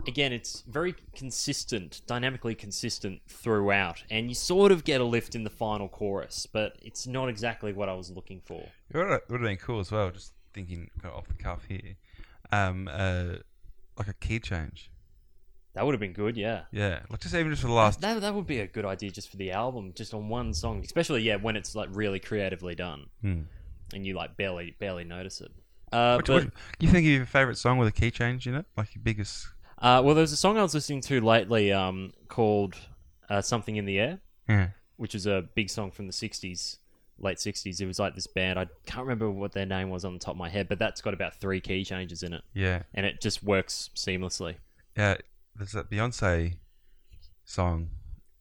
S1: again, it's very consistent, dynamically consistent throughout, and you sort of get a lift in the final chorus, but it's not exactly what I was looking for.
S2: It would have been cool as well, just thinking kind of off the cuff here. Um, uh, like a key change.
S1: That would have been good, yeah.
S2: Yeah. Like just even just for the last
S1: That, that would be a good idea just for the album, just on one song, especially yeah when it's like really creatively done,
S2: Hmm.
S1: and you like barely barely notice it. Uh,
S2: Which,
S1: but-
S2: which- you think of your favorite song with a key change in it, like your biggest?
S1: Uh, well, there was a song I was listening to lately um, called uh, "Something in the Air,"
S2: Yeah.
S1: which is a big song from the '60s, late '60s. It was like this band. I can't remember what their name was on the top of my head, but that's got about three key changes in it,
S2: Yeah,
S1: and it just works seamlessly.
S2: yeah. Uh, There's that Beyonce song,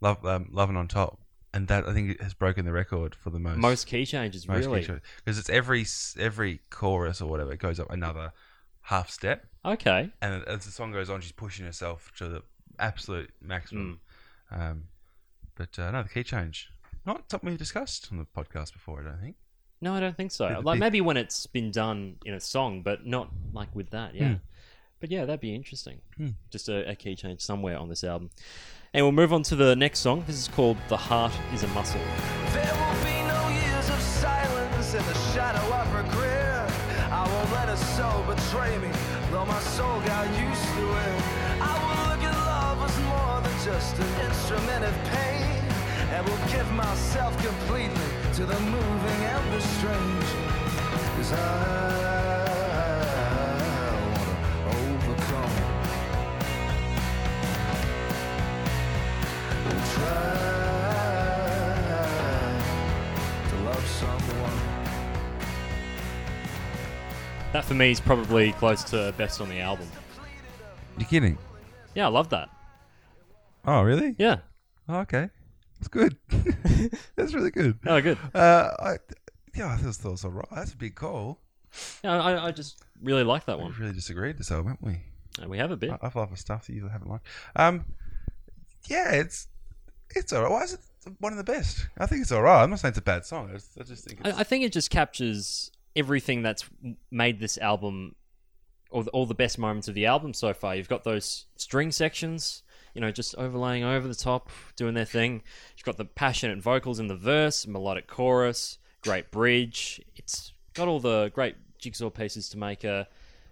S2: "Love um, Loving on Top," and that I think has broken the record for the most
S1: Most key changes, really.
S2: because it's every s- every chorus or whatever it goes up another half step,
S1: Okay,
S2: and as the song goes on, she's pushing herself to the absolute maximum.
S1: Hmm.
S2: Um, but uh, no, the key change not something we discussed on the podcast before. I don't think.
S1: no, I don't think so.
S2: Bit-
S1: like
S2: bit-
S1: maybe when it's been done in a song, but not like with that. Yeah.
S2: Hmm.
S1: But yeah, that'd be interesting.
S2: Hmm.
S1: Just a, a key change somewhere on this album. And we'll move on to the next song. This is called The Heart is a Muscle.
S5: There will be no years of silence in the shadow of regret. I won't let a soul betray me, though my soul got used to it. I will look at love as more than just an instrument of pain, and will give myself completely to the moving and the strange. 'Cause I wanna overcome. And try to love someone.
S1: That for me is probably close to best on the album.
S2: You're kidding?
S1: Yeah, I love that.
S2: Oh, really?
S1: Yeah.
S2: Oh, okay. That's good. That's really good.
S1: Oh, good.
S2: Uh, I, yeah, I just thought it was all right. That's a big call.
S1: Yeah, I, I just really like that
S2: We
S1: one.
S2: really disagreed this album, haven't we?
S1: And we have a bit.
S2: I- I've loved the stuff that you haven't liked. Um, yeah, it's it's all right. Why is it one of the best? I think it's all right. I'm not saying it's a bad song. I just, I just think
S1: I,
S2: it's,
S1: I think it just captures everything that's made this album, or the, all the best moments of the album so far. You've got those string sections, you know, just overlaying over the top, doing their thing. You've got the passionate vocals in the verse, melodic chorus, great bridge. It's got all the great jigsaw pieces to make a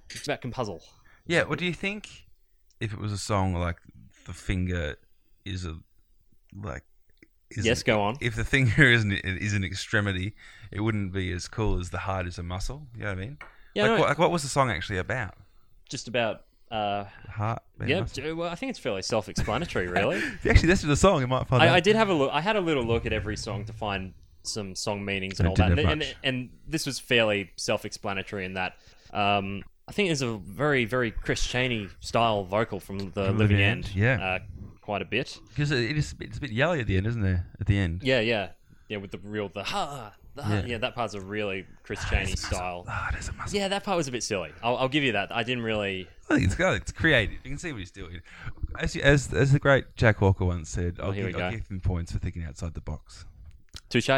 S1: it's about puzzle.
S2: yeah. What do you think if it was a song like "The Finger" is a like? Is
S1: Yes,
S2: an-
S1: go on.
S2: If the finger isn't is an extremity, it wouldn't be as cool as the heart is a muscle. You know what I mean?
S1: Yeah,
S2: like,
S1: no,
S2: what, like what was the song actually about?
S1: just about. Uh,
S2: The heart. being a
S1: yeah,
S2: muscle?
S1: d- well, I think it's fairly self-explanatory, really.
S2: If you actually listen to the song, you might find
S1: I,
S2: out.
S1: I did have a look. I had a little look at every song to find some song meanings and
S2: I
S1: all that.
S2: didn't
S1: And,
S2: have
S1: and,
S2: much.
S1: and this was fairly self-explanatory in that. Um, I think there's a very, very Chris Cheney style vocal from the
S2: From
S1: Living End.
S2: yeah.
S1: Uh, quite a bit.
S2: Because it is, it's a bit yellow at the end, isn't it? At the end.
S1: Yeah, yeah, yeah. With the real the ha, the ha.
S2: Yeah.
S1: Yeah. that part's a really Chris Cheney style.
S2: Ah, there's a muscle.
S1: Yeah, that part was a bit silly. I'll, I'll give you that. I didn't really.
S2: I think it's, good. it's creative. You can see what he's doing. As, you, as, as the great Jack Walker once said, I'll,
S1: Oh, here
S2: give,
S1: we
S2: I'll
S1: go.
S2: give him points for thinking outside the box.
S1: Touche.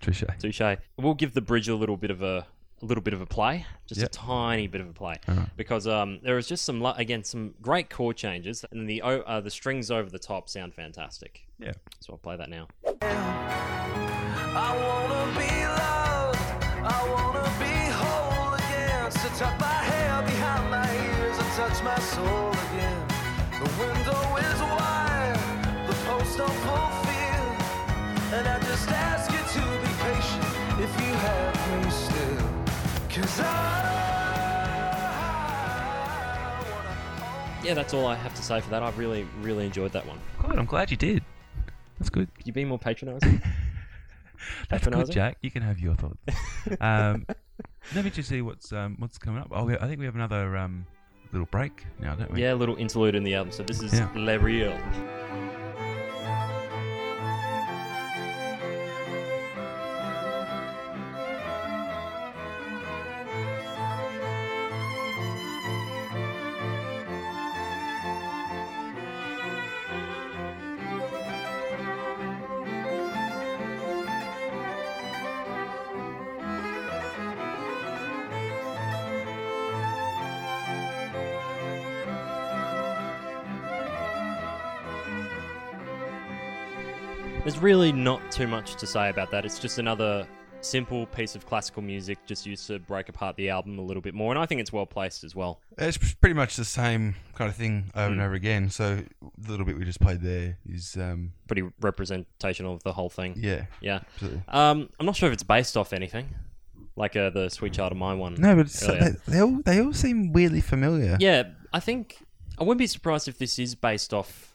S2: Touche.
S1: Touche. We'll give the bridge a little bit of a, a a little bit of a play, just
S2: Yep.
S1: a tiny bit of a play, because um, there was just some lu- again some great chord changes, and the o- uh, the strings over the top sound fantastic.
S2: Yeah.
S1: So I'll play that now.
S3: I wanna be loved. I wanna be whole again. So tuck my hair behind my ears and touch my soul again. The window is wide, the post don't fulfill, and I just ask you to be patient if you have me still. 'Cause I wanna
S1: Yeah, that's all I have to say for that. I really really enjoyed that one.
S2: Good. I'm glad you did. That's good.
S1: Could you be more patronising?
S2: That's good,
S1: Patronising?
S2: Jack. You can have your thoughts. Um, let me just see what's um, what's coming up. Oh, we- I think we have another um, little break now, don't we?
S1: yeah, a little interlude in the album. So this is
S2: Yeah.
S1: Le Real. There's really not too much to say about that. It's just another simple piece of classical music just used to break apart the album a little bit more, and I think it's well placed as well.
S2: It's p- pretty much the same kind of thing over
S1: Hmm.
S2: and over again. So the little bit we just played there is um,
S1: Pretty representational of the whole thing.
S2: yeah,
S1: Yeah.
S2: absolutely.
S1: Um, I'm not sure if it's based off anything, like uh, the Sweet Child of Mine one.
S2: No, but it's, uh,
S1: earlier.
S2: they, they all they all seem weirdly familiar.
S1: yeah, I think I wouldn't be surprised if this is based off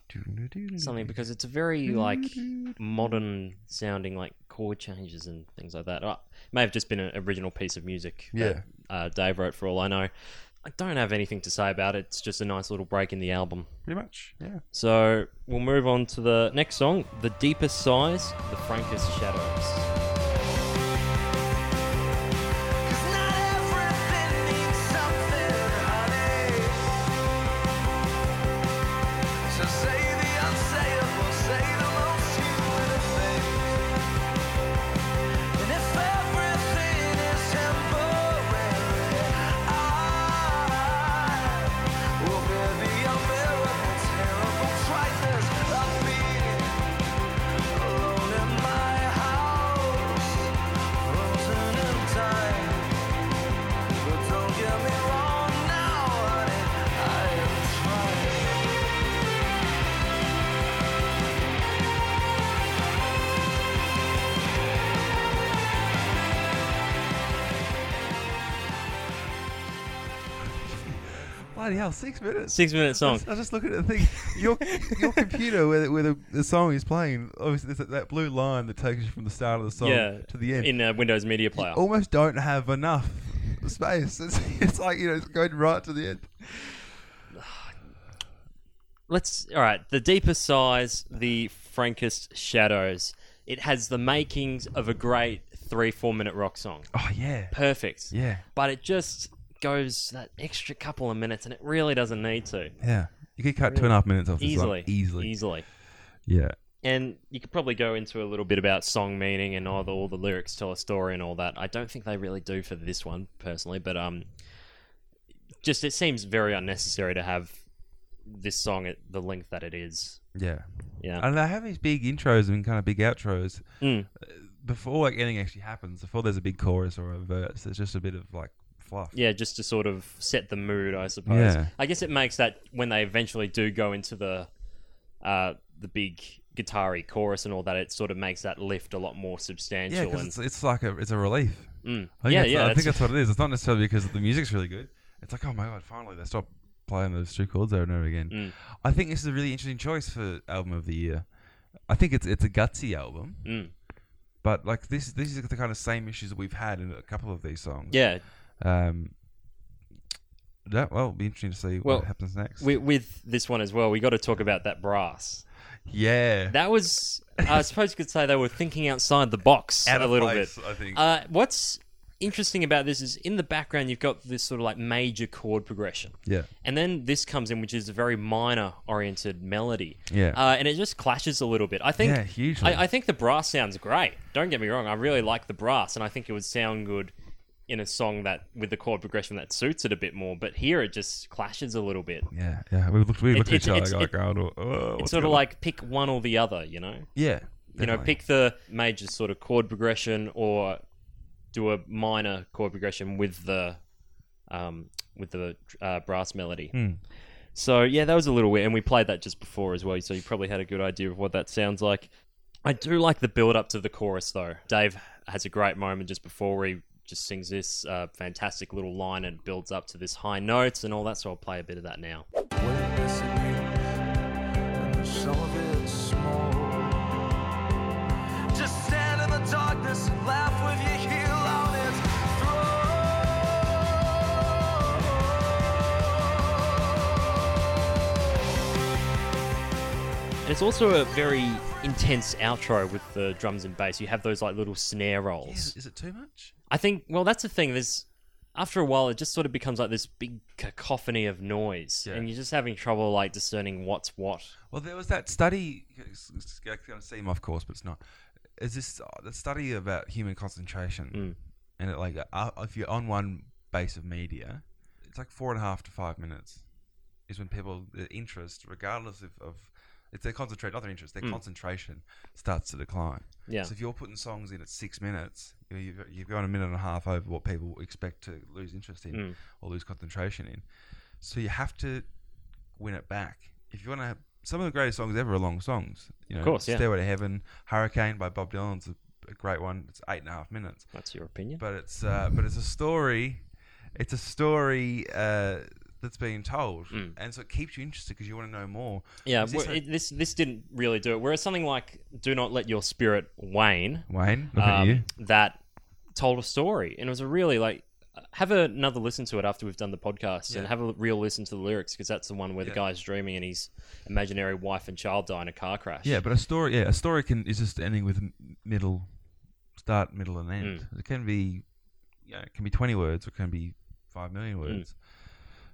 S1: something because it's a very like modern sounding like chord changes and things like that. Uh, It may have just been an original piece of music.
S2: Yeah.
S1: That, uh, Dave wrote for all I know. I don't have anything to say about it. It's just a nice little break in the album.
S2: pretty much. Yeah.
S1: So we'll move on to the next song, The Deepest Sighs, The Frankest Shadows.
S3: Cause not everything means something, honey. So say the unsayable, say the most human of things. And if everything is temporary, I will bear the unbearable, terrible triteness of being alone in my house. Frozen in time. But don't get me wrong now, honey, I am trying.
S2: Bloody hell, six minutes.
S1: Six minute
S2: I
S1: song.
S2: was- I was just looking at the thing. Your your computer where the, where the, the song is playing. Obviously, there's that, that blue line that takes you from the start of the song
S1: Yeah.
S2: to the end.
S1: In uh, Windows Media Player.
S2: Almost don't have enough space. It's, it's like you know, it's going right to the end.
S1: let's all right the deepest sighs the frankest shadows it has the makings of a great three four minute rock song
S2: Oh yeah,
S1: perfect
S2: yeah,
S1: but it just goes that extra couple of minutes and it really doesn't need to
S2: yeah. You could cut two and a half minutes off this
S1: easily
S2: one. easily,
S1: easily
S2: Yeah,
S1: and you could probably go into a little bit about song meaning and all the, all the lyrics tell a story and all that i don't think they really do for this one personally but um just it seems very unnecessary to have this song at the length that it is
S2: yeah.
S1: yeah
S2: And they have these big intros and kind of big outros
S1: Mm.
S2: before like anything actually happens. Before there's a big chorus or a verse, there's just a bit of like fluff.
S1: Yeah, just to sort of set the mood, I suppose.
S2: Yeah.
S1: I guess it makes that when they eventually do go into the uh, the big guitar chorus and all that, it sort of makes that lift a lot more
S2: Yeah,
S1: substantial.
S2: because
S1: and,
S2: it's, it's like a it's a relief.
S1: Mm.
S2: I think
S1: yeah,
S2: that's,
S1: yeah,
S2: I think
S1: that's-
S2: that's what it is. It's not necessarily because the music's really good. It's like, oh my god, finally they stopped playing those two chords over and over again.
S1: Mm.
S2: I think this is a really interesting choice for album of the year. I think it's it's a gutsy album,
S1: Mm.
S2: but like this this is the kind of same issues that we've had in a couple of these songs.
S1: yeah.
S2: Um. That, well, it'll be interesting to see
S1: Well,
S2: what happens next.
S1: With, with this one as well, we got to talk about that brass.
S2: yeah,
S1: That was, I suppose you could say they were thinking outside the box
S2: Out
S1: a
S2: of
S1: little
S2: place,
S1: bit.
S2: I think.
S1: Uh, what's interesting about this is in the background, you've got this sort of like major chord progression.
S2: yeah,
S1: And then this comes in, which is a very minor oriented melody.
S2: Yeah.
S1: Uh, and it just clashes a little bit. I think
S2: Yeah, hugely.
S1: I, I think the brass sounds great. Don't get me wrong. I really like the brass, and I think it would sound good in a song that with the chord progression that suits it a bit more. But here it just clashes a little bit.
S2: Yeah, yeah. We looked, we looked
S1: It-
S2: at each other
S1: it's-
S2: like,
S1: it-
S2: oh,
S1: It's
S2: oh, what's
S1: sort of
S2: going on?"
S1: like pick one or the other, you know.
S2: yeah,
S1: You know,
S2: definitely.
S1: pick the major sort of chord progression or do a minor chord progression with the um, with the uh, brass melody.
S2: Hmm.
S1: So yeah, that was a little weird, and we played that just before as well. So you probably had a good idea of what that sounds like. I do like the build up to the chorus though. Dave has a great moment just before where he just sings this uh, fantastic little line and builds up to this high notes and all that. So I'll play a bit of that now.
S5: weightless and meaningless, and some of it's small. Just stand in the darkness and laugh with your heel on its
S1: And it's also a very intense outro with the drums and bass. You have those like little snare rolls.
S2: Is, is it too much?
S1: I think. Well, that's the thing. There's after a while, it just sort of becomes like this big cacophony of noise,
S2: Yeah.
S1: and you're just having trouble like discerning what's what.
S2: Well, there was that study. It's it's going to seem off course, but it's not. Is this uh, the study about human concentration?
S1: Hmm.
S2: And it like uh, if you're on one base of media, it's like four and a half to five minutes is when people the interest, regardless of, of it's their concentration, not their interest, their concentration starts to decline.
S1: Hmm. Yeah.
S2: So if you're putting songs in at six minutes, you know, you've, you've gone a minute and a half over what people expect to lose interest in
S1: Hmm.
S2: or lose concentration in. So you have to win it back. If you want to have some of the greatest songs ever are long songs. You know,
S1: course, yeah.
S2: Stairway to Heaven, Hurricane by Bob Dylan's a, a great one. It's eight and a half minutes,
S1: That's your opinion.
S2: but it's uh, but it's a story. It's a story uh, that's being told, and so it keeps you interested because you want to know more.
S1: Hmm. Yeah,
S2: Is this
S1: this,
S2: a-
S1: it, this this didn't really do it. Whereas something like "Do Not Let Your Spirit Wane,"
S2: Wayne, look at you.
S1: um, that told a story, and it was a really like have another listen to it after we've done the podcast and
S2: Yeah.
S1: have a real listen to the lyrics because that's the one where the
S2: Yeah.
S1: guy's dreaming and his imaginary wife and child die in a car crash.
S2: Yeah, but a story, yeah, a story can is just ending with m- middle, start, middle, and end.
S1: Hmm.
S2: It can be, you know, it can be twenty words or it can be five
S1: Hmm.
S2: million words.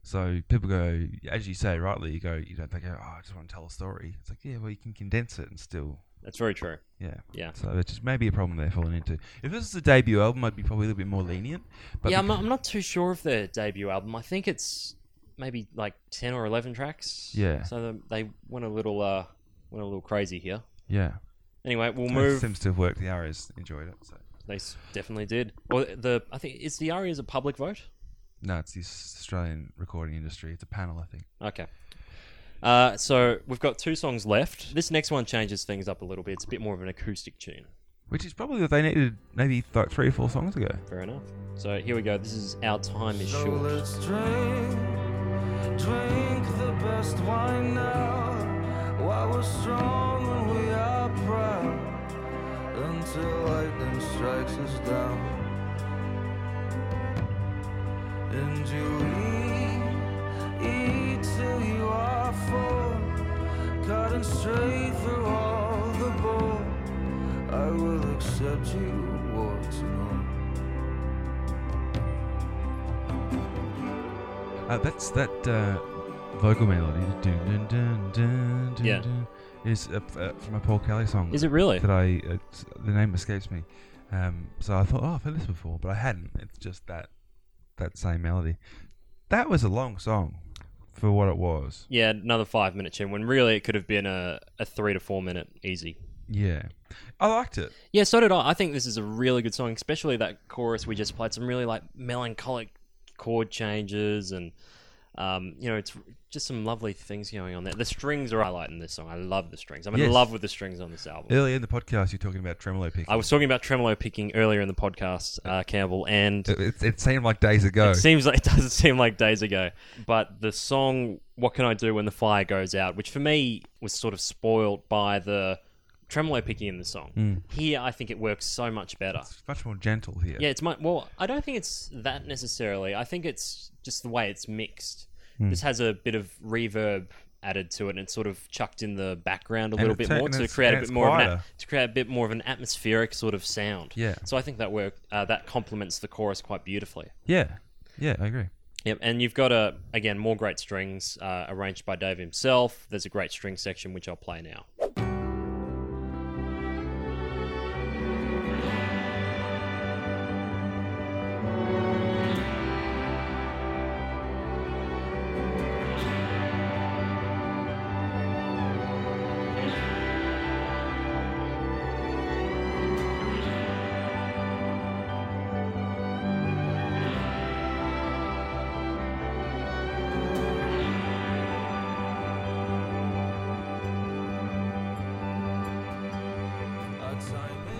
S2: So people go, as you say rightly, you go, you don't think, oh, I just want to tell a story. It's like, yeah, well, you can condense it and still,
S1: that's very true.
S2: yeah,
S1: Yeah.
S2: So it's just maybe a problem they're falling into. If this is a debut album, I'd be probably a little bit more lenient. But
S1: yeah, I'm
S2: because-
S1: not, I'm not too sure of their debut album. I think it's maybe like ten or eleven tracks.
S2: Yeah.
S1: So the- they went a little uh went a little crazy here.
S2: yeah,
S1: Anyway, we'll
S2: it
S1: move.
S2: seems to have worked. The RAs enjoyed it. So
S1: They s- definitely did. Or the I think is the ARIA is a public vote.
S2: no, it's the Australian recording industry. It's a panel, I think.
S1: Okay. Uh, so we've got two songs left. This next one changes things up a little bit. It's a bit more of an acoustic tune.
S2: Which is probably what they needed maybe like three or four songs ago.
S1: Fair enough. So here we go. This is our time is
S5: So
S1: short.
S5: let's drink, drink the best wine now. While we're strong and we are proud, until lightning strikes us down. And you eat, eat till you are full, cutting straight through all the bull. I will accept you, warts and all.
S2: Uh, that's that uh, vocal melody. Dun, dun, dun, dun, dun,
S1: Yeah.
S2: dun, Is uh, f- uh, from a Paul Kelly song.
S1: Is it really?
S2: That I uh, the name escapes me. Um, so I thought, oh, I've heard this before, but I hadn't. It's just that that same melody. That was a long song for what it was.
S1: Yeah, another five minute tune. When really it could have been a, a three to four minute easy.
S2: Yeah, I liked it.
S1: Yeah, so did I. I think this is a really good song, especially that chorus we just played. Some really like melancholic chord changes, and um, you know, it's just some lovely things going on there. The strings are highlighting this song. I love the strings. I'm in
S2: Yes.
S1: love with the strings on this album.
S2: Earlier in the podcast, you're talking about tremolo picking.
S1: I was talking about tremolo picking earlier in the podcast, uh, Campbell, and
S2: it, it, it seemed like days ago.
S1: it seems like it doesn't seem like days ago. But the song "What Can I Do When the Fire Goes Out," which for me was sort of spoiled by the tremolo picking in the song. Here, I think it works so much better.
S2: it's much more gentle here.
S1: Yeah, it's my well. I don't think it's that necessarily. I think it's just the way it's mixed.
S2: Hmm.
S1: This has a bit of reverb added to it, and it's sort of chucked in the background a little
S2: it's
S1: bit
S2: taken-
S1: more to
S2: it's-
S1: create
S2: and
S1: a bit
S2: it's
S1: more of an,
S2: quieter.
S1: at- to create a bit more of an atmospheric sort of sound.
S2: Yeah.
S1: So I think that work uh, that complements the chorus quite beautifully.
S2: yeah, yeah, I agree.
S1: Yep, and you've got a again more great strings uh, arranged by Dave himself. There's a great string section which I'll play now.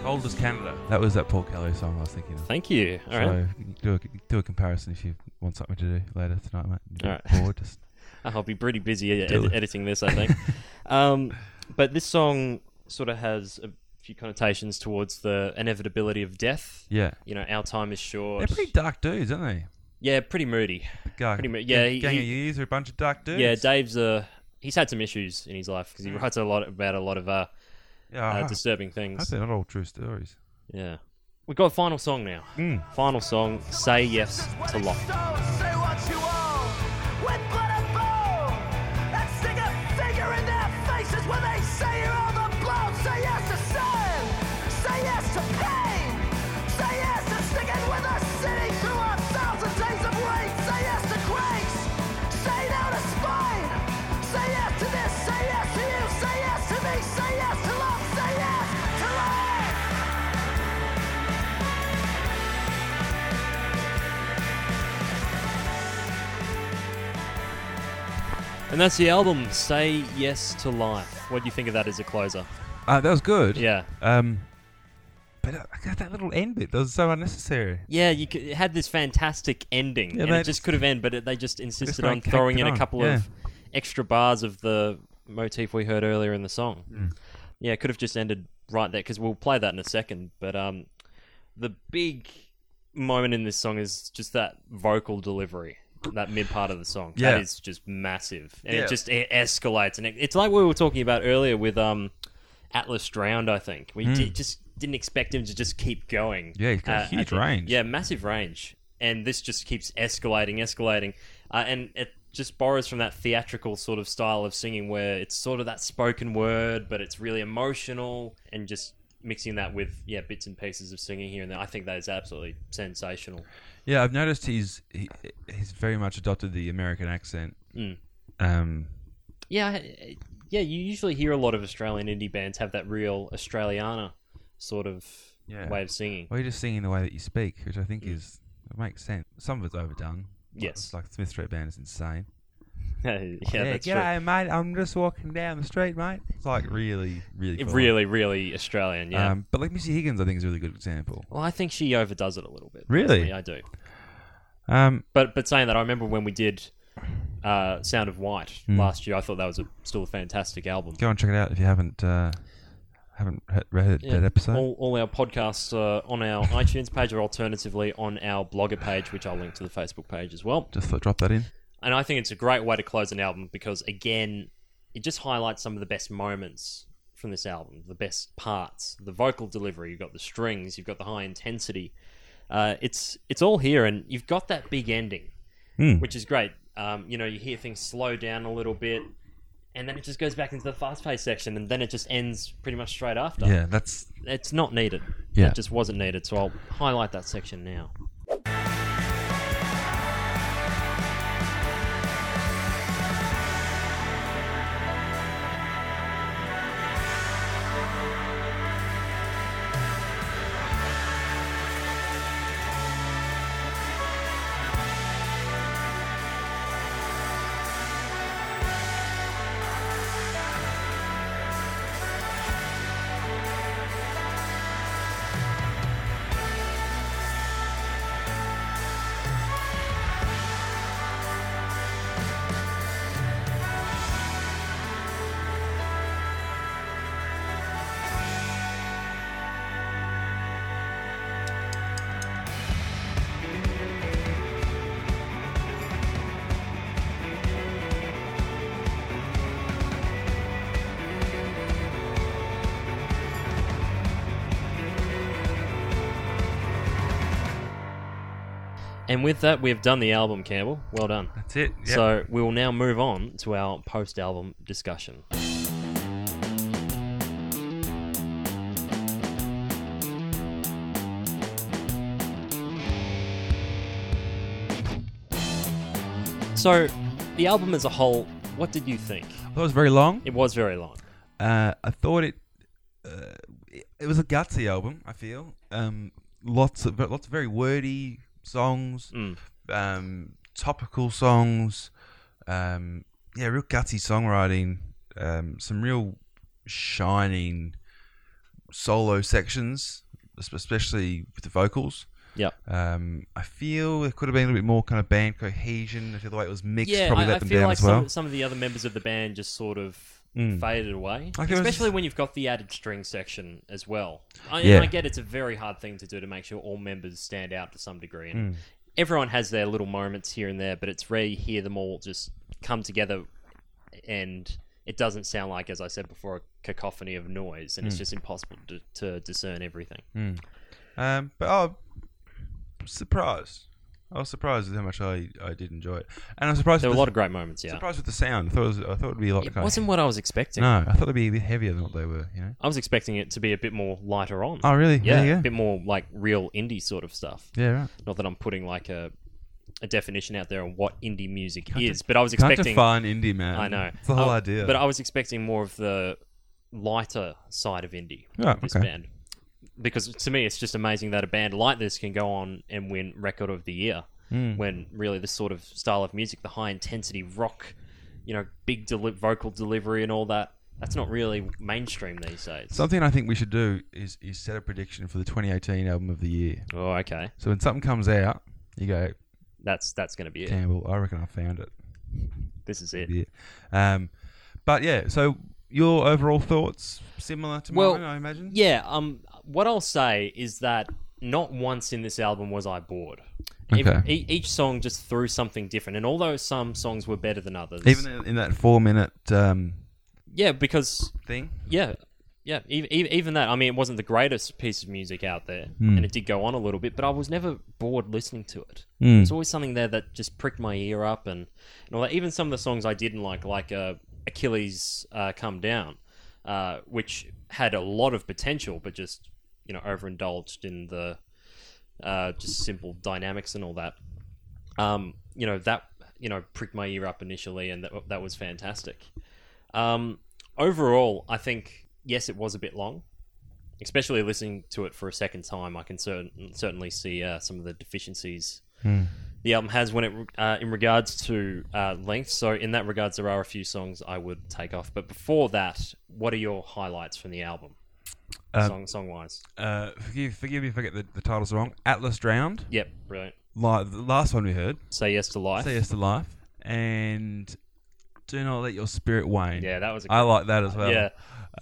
S2: old as Canada? That was that Paul Kelly song I was thinking of.
S1: Thank you. All right.
S2: so do a do a comparison if you want something to do later tonight, mate. If you're
S1: All right.
S2: bored, just
S1: I'll be pretty busy ed-
S2: Do it.
S1: editing this, I think. um, but this song sort of has a few connotations towards the inevitability of death.
S2: yeah.
S1: You know, our time is short.
S2: They're pretty dark dudes, aren't they?
S1: yeah, pretty moody.
S2: Gar-
S1: Pretty mu- yeah, he-
S2: gang
S1: he-
S2: of years are a bunch of dark dudes.
S1: Yeah, Dave's uh, he's had some issues in his life because he writes a lot about a lot of uh,
S2: yeah. Mm. Ah, I
S1: uh,
S2: hope-
S1: disturbing
S2: I hope
S1: things.
S2: they're not all true stories.
S1: Yeah. We've got a final song now.
S2: Mm.
S1: Final song, Say Yes to Love.
S6: Say what you want with blood and bone. And stick a finger in their faces when they say you're overblown. Say yes to sin. Say yes to pain. Say yes to sticking with us, sitting through our thousand days of wait. Say yes to grace. Say no to spite. Say yes to this. Say yes to you. Say yes to me. Say yes to love. Say yes to life.
S1: And that's the album, Say Yes to Life. What do you think of that as a closer?
S2: Uh, that was good.
S1: Yeah.
S2: Um, but uh, God, that little end bit that was so unnecessary.
S1: Yeah, you could, it had this fantastic ending,
S2: Yeah,
S1: and
S2: they-
S1: it just could have ended, but it, they just insisted
S2: like
S1: on throwing
S2: caked
S1: in
S2: it
S1: a
S2: on,
S1: couple
S2: yeah.
S1: of extra bars of the motif we heard earlier in the song. Yeah, it could have just ended right there because we'll play that in a second. But um, the big moment in this song is just that vocal delivery. That mid part of the song,
S2: Yeah.
S1: that is just massive, and
S2: Yeah.
S1: it just it escalates, and it, it's like we were talking about earlier with um, Atlas Drowned. I think we di- just didn't expect him to just keep going.
S2: Hmm. Yeah, he's got a
S1: at
S2: huge
S1: the-
S2: range.
S1: Yeah, massive range. And this just keeps escalating, escalating. Uh, and it just borrows from that theatrical sort of style of singing where it's sort of that spoken word, but it's really emotional and just mixing that with, yeah, bits and pieces of singing here and there. I think that is absolutely sensational.
S2: Yeah, I've noticed he's he, he's very much adopted the American accent.
S1: Mm.
S2: Um,
S1: Yeah, I- yeah, you usually hear a lot of Australian indie bands have that real Australiana sort of
S2: Yeah.
S1: way of singing.
S2: well, you're just singing the way that you speak, which I think is it makes sense. Some of it's overdone. Like-
S1: Mm. Yes.
S2: like Smith Street Band is insane.
S1: yeah, that's true.
S2: g'day, mate. I'm just walking down the street, mate. It's like really, really, full on.
S1: Really, really Australian, yeah.
S2: Um, but like Missy Higgins, I think is a really good example.
S1: well, I think she overdoes it a little bit.
S2: Really?
S1: personally, I do.
S2: Um,
S1: But but saying that, I remember when we did uh, Sound of White
S2: Hmm.
S1: last year. I thought that was a, still a fantastic album.
S2: go and check it out if you haven't uh, haven't he- read
S1: Yeah.
S2: that episode.
S1: All, all our podcasts uh, on our iTunes page, or alternatively on our Blogger page, which I'll link to the Facebook page as well.
S2: Just thought drop that in.
S1: And I think it's a great way to close an album because again, it just highlights some of the best moments from this album, the best parts, the vocal delivery. You've got the strings, you've got the high intensity. Uh, it's it's all here, and you've got that big ending.
S2: Hmm.
S1: which is great. Um, you know, you hear things slow down a little bit, and then it just goes back into the fast-paced section, and then it just ends pretty much straight after.
S2: Yeah, that's
S1: It's not needed.
S2: Yeah.
S1: It just wasn't needed, so I'll highlight that section now. And with that, we have done the album, Campbell. Well done.
S2: that's it. Yeah.
S1: So we will now move on to our post-album discussion. So, the album as a whole, what did you think?
S2: that was very long.
S1: It was very long.
S2: Uh, I thought it, uh, it. It was a gutsy album. I feel um, lots of lots of very wordy songs,
S1: Mm.
S2: um, topical songs. Um, yeah, real gutsy songwriting. Um, some real shining solo sections es- especially with the vocals.
S1: Yeah.
S2: Um, I feel there could have been a little bit more kind of band cohesion. I feel the way it was mixed
S1: Yeah,
S2: probably
S1: I,
S2: let
S1: I
S2: them
S1: feel
S2: down
S1: like
S2: as well.
S1: some, some of the other members of the band just sort of
S2: Mm.
S1: faded away.
S2: Like there was-
S1: Especially when you've got the added string section as well. I,
S2: Yeah.
S1: and I get it's a very hard thing to do to make sure all members stand out to some degree.
S2: Hmm.
S1: And Everyone has their little moments here and there, but it's rare you hear them all just come together and it doesn't sound like, as I said before, a cacophony of noise,
S2: Hmm.
S1: and it's just impossible to, to discern everything.
S2: Um, but I was surprised. I was surprised with how much I, I did enjoy it, and I was surprised.
S1: There were a
S2: with the,
S1: lot of great moments, yeah.
S2: surprised with the sound. I thought it was, I thought it'd be a lot.
S1: It
S2: kind of-
S1: wasn't what I was expecting.
S2: no, I thought it'd be a bit heavier than what they were. You know.
S1: I was expecting it to be a bit more lighter on.
S2: Oh really?
S1: yeah,
S2: Yeah.
S1: a bit more like real indie sort of stuff.
S2: Yeah. Right.
S1: Not that I'm putting like a a definition out there on what indie music
S2: Can't
S1: is, but I was
S2: Can't
S1: expecting.
S2: define indie man.
S1: I know
S2: It's the whole
S1: I-
S2: idea.
S1: but I was expecting more of the lighter side of indie.
S2: Yeah,
S1: with this
S2: Oh, okay.
S1: band. Because to me, it's just amazing that a band like this can go on and win Record of the Year
S2: Hmm.
S1: when really this sort of style of music, the high intensity rock, you know, big deli- vocal delivery and all that, that's not really mainstream these days.
S2: Something I think we should do is is set a prediction for the 2018 album of the year.
S1: oh, okay.
S2: So when something comes out, you go,
S1: That's that's going to be it.
S2: Campbell, I reckon I found it.
S1: This is it.
S2: Yeah. Um, but yeah, so your overall thoughts similar to
S1: Well,
S2: mine, I imagine.
S1: Yeah, um, what I'll say is that not once in this album was I bored.
S2: Okay.
S1: Ev- e- each song just threw something different, and although some songs were better than others,
S2: Even in- in that four minute um,
S1: yeah, because
S2: thing.
S1: yeah, yeah, even, even that. I mean, it wasn't the greatest piece of music out there, and it did go on a little bit, but I was never bored listening to it. There's always something there that just pricked my ear up, and, and all that. Even some of the songs I didn't like, like uh, Achilles uh, Come Down, uh, which had a lot of potential, but just you know overindulged in the uh, just simple dynamics and all that. Um, you know that you know pricked my ear up initially, and that that was fantastic. Um, overall, I think yes, it was a bit long. Especially listening to it for a second time, I can certain, certainly see uh, some of the deficiencies
S2: Hmm.
S1: the album has when it uh, in regards to uh, length. So in that regards, there are a few songs I would take off. But before that, what are your highlights from the album,
S2: Um,
S1: song song wise?
S2: Uh, forgive, forgive me if I get the, the titles wrong. Atlas Drowned,
S1: Yep, brilliant.
S2: li- the last one we heard.
S1: Say yes to life.
S2: Say yes to life, and do not let your spirit wane.
S1: Yeah, that was a
S2: I like that as well.
S1: yeah.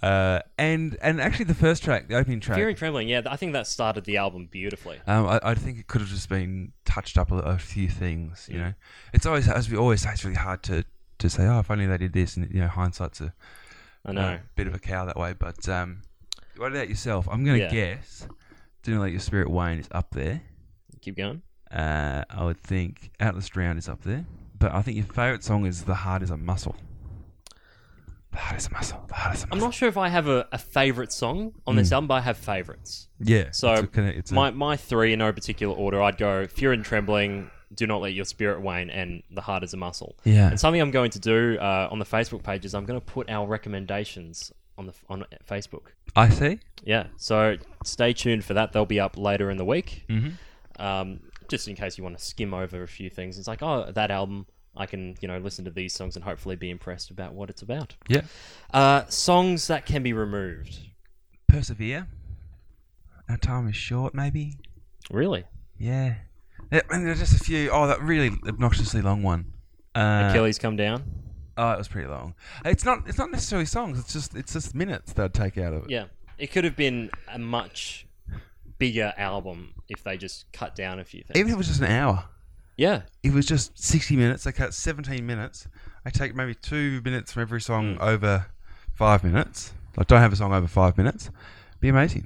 S2: Uh, and and actually the first track, the opening track.
S1: Fear and Trembling. Yeah, th- I think that started the album beautifully.
S2: Um, I, I think it could have just been touched up a, a few things. You know, it's always as we always say, it's really hard to to say. Oh, if only they did this, and you know, hindsight's a,
S1: I know.
S2: a bit of a cow that way. But um, what about yourself? I'm gonna
S1: Yeah.
S2: guess. Do not let your spirit wane is up there.
S1: Keep going.
S2: Uh, I would think Atlas Drowned is up there. But I think your favourite song is The Heart is a Muscle. The Heart is a Muscle. The Heart is a
S1: I'm
S2: Muscle.
S1: not sure if I have a, a favorite song on this album, but I have favorites.
S2: yeah.
S1: So
S2: it's Hmm. a, kinda- it's a-
S1: my my three in no particular order. I'd go Fear and Trembling, Do Not Let Your Spirit Wane, and The Heart Is a Muscle.
S2: Yeah.
S1: And something I'm going to do uh, on the Facebook page is I'm going to put our recommendations on the on Facebook.
S2: I see.
S1: Yeah. So stay tuned for that. They'll be up later in the week. Mm-hmm. Um, just in case you want to skim over a few things. It's like, oh, that album. I can, you know, listen to these songs and hopefully be impressed about what it's about.
S2: Yeah.
S1: Uh, songs that can be removed.
S2: Persevere. Our time is short, maybe.
S1: Really?
S2: Yeah. Yeah, And there's just a few. Oh, that really obnoxiously long one. Uh,
S1: Achilles come down.
S2: Oh, it was pretty long. It's not. It's not necessarily songs. It's just. It's just minutes they'd take out of it.
S1: Yeah, it could have been a much bigger album if they just cut down a few things.
S2: Even if it was just an hour.
S1: yeah,
S2: it was just 60 minutes. They cut 17 minutes. I take maybe two minutes from every
S1: Mm.
S2: song over five minutes. I don't have a song over five minutes. Be amazing.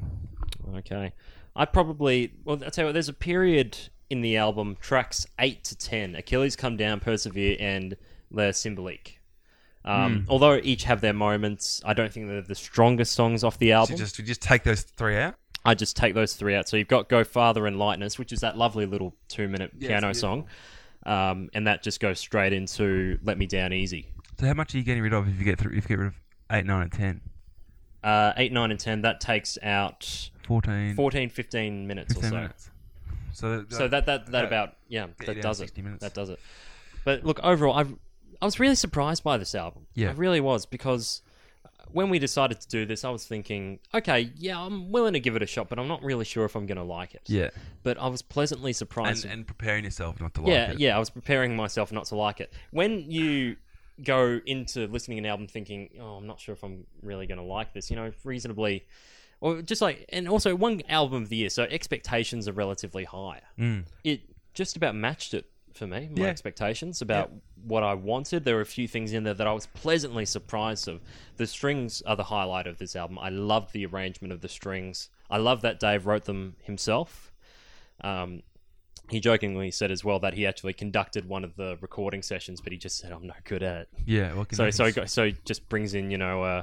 S1: okay. I probably well, I tell you what. There's a period in the album tracks eight to ten: Achilles Come Down, Persevere, and Le Symbolique. Um,
S2: Hmm.
S1: Although each have their moments, I don't think they're the strongest songs off the
S2: So
S1: album.
S2: you just you just take those three out.
S1: I just take those three out. So you've got Go Farther and Lightness, which is that lovely little two minute piano song. Um, and that just goes straight into Let Me Down Easy.
S2: So how much are you getting rid of if you get through? If you get rid of eight, nine, and ten?
S1: Uh, 8, 9, and 10, that takes out
S2: 14,
S1: 14, 15 minutes
S2: 15
S1: or so.
S2: minutes. So,
S1: So that, that, that about, yeah,
S2: you
S1: that
S2: down
S1: does it.
S2: 60 minutes.
S1: That does it. But look, overall, I I was really surprised by this album.
S2: Yeah.
S1: I really was because when we decided to do this, I was thinking, okay, yeah, I'm willing to give it a shot, but I'm not really sure if I'm going to like it.
S2: Yeah.
S1: But I was pleasantly
S2: And,
S1: surprised.
S2: and preparing yourself not to like
S1: yeah,
S2: it.
S1: yeah, I was preparing myself not to like it. When you go into listening to an album thinking, oh, I'm not sure if I'm really going to like this, you know, reasonably. Or just like, and also one album of the year, so expectations are relatively high.
S2: Mm.
S1: It just about matched it for me, my
S2: Yeah.
S1: expectations about what I wanted. There were a few things in there that I was pleasantly surprised of. The strings are the highlight of this album. I loved the arrangement of the strings. I love that Dave wrote them himself. Um, he jokingly said as well that he actually conducted one of the recording sessions, but he just said, "I'm no good at it."
S2: Yeah. Well,
S1: So, so, he
S2: conducting's-
S1: go- so he just brings in, you know, uh,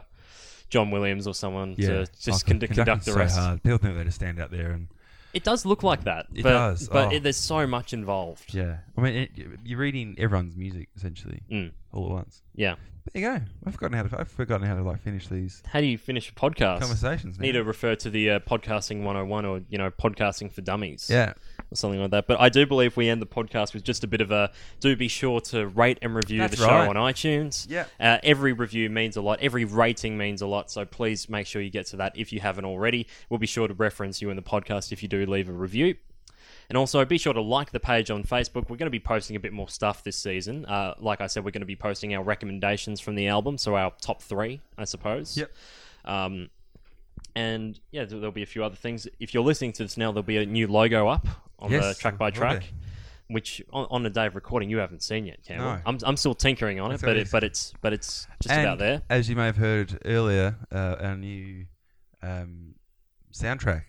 S1: John Williams or someone to just
S2: Oh,
S1: con- conduct
S2: conducting's
S1: the
S2: so
S1: rest.
S2: hard. People think they just stand out there and
S1: It does look like that,
S2: It
S1: but
S2: does,
S1: but
S2: oh.
S1: it, there's so much involved.
S2: yeah. I mean, it, you're reading everyone's music essentially
S1: Mm.
S2: all at once.
S1: Yeah.
S2: There you go. I've forgotten how to. I've forgotten how to like finish these
S1: How do you finish a podcast?
S2: conversations.
S1: Need
S2: now.
S1: to refer to the uh, podcasting 101 or you know podcasting for dummies.
S2: Yeah.
S1: or something like that. But I do believe we end the podcast with just a bit of a do be sure to rate and review
S2: That's
S1: the show
S2: right.
S1: on iTunes.
S2: Yeah.
S1: Uh, every review means a lot, every rating means a lot. So please make sure you get to that if you haven't already. We'll be sure to reference you in the podcast if you do leave a review. And also, be sure to like the page on Facebook. We're going to be posting a bit more stuff this season. Uh, like I said, we're going to be posting our recommendations from the album, so our top three, I suppose.
S2: Yep.
S1: Um, and yeah, there- there'll be a few other things. If you're listening to this now, there'll be a new logo up on
S2: Yes,
S1: the track by
S2: will be.
S1: track, which on, on the day of recording you haven't seen yet, Campbell.
S2: No.
S1: I'm, I'm still tinkering on it,
S2: That's
S1: but
S2: okay.
S1: it, but it's but it's just
S2: And
S1: about there.
S2: As you may have heard earlier, uh, our new um, soundtrack,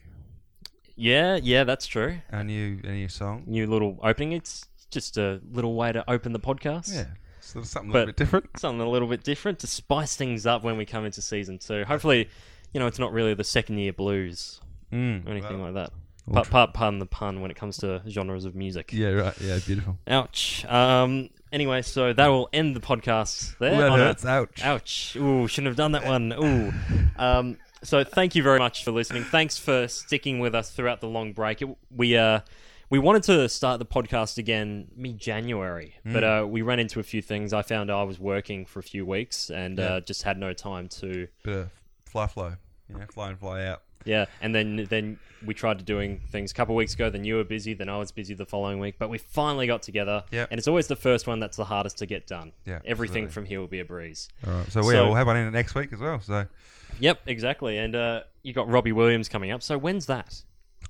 S1: Yeah, yeah, that's true.
S2: our new our new song.
S1: New little opening. It's just a little way to open the podcast.
S2: Yeah. It's a little- something a
S1: But-
S2: little bit different.
S1: something a little bit different to spice things up when we come into season two. Hopefully, you know, it's not really the second year blues
S2: Mm.
S1: or anything like that.
S2: we'll
S1: Part,
S2: tr-
S1: part, pardon the pun when it comes to genres of music.
S2: Yeah. Right. Yeah. Beautiful.
S1: Ouch. Um, anyway, so that will end the podcast there.
S2: Well,
S1: on a-
S2: that's ouch.
S1: Ouch. Ooh, shouldn't have done that one. Ooh. Um, so thank you very much for listening. Thanks for sticking with us throughout the long break. It, we uh, we wanted to start the podcast again mid January, but uh, we ran into a few things. I found I was working for a few weeks and uh, just had no time to.
S2: Bit of fly flow. You know, fly and fly out.
S1: Yeah, and then then we tried to doing things a couple of weeks ago. Then you were busy. Then I was busy the following week. But we finally got together.
S2: Yeah.
S1: and it's always the first one that's the hardest to get done.
S2: Yeah,
S1: everything
S2: absolutely.
S1: from here will be a breeze.
S2: All right. So, yeah,
S1: So-
S2: we'll have one in next week as well. So
S1: Yep, exactly. And uh, you got Robbie Williams coming up. So when's that?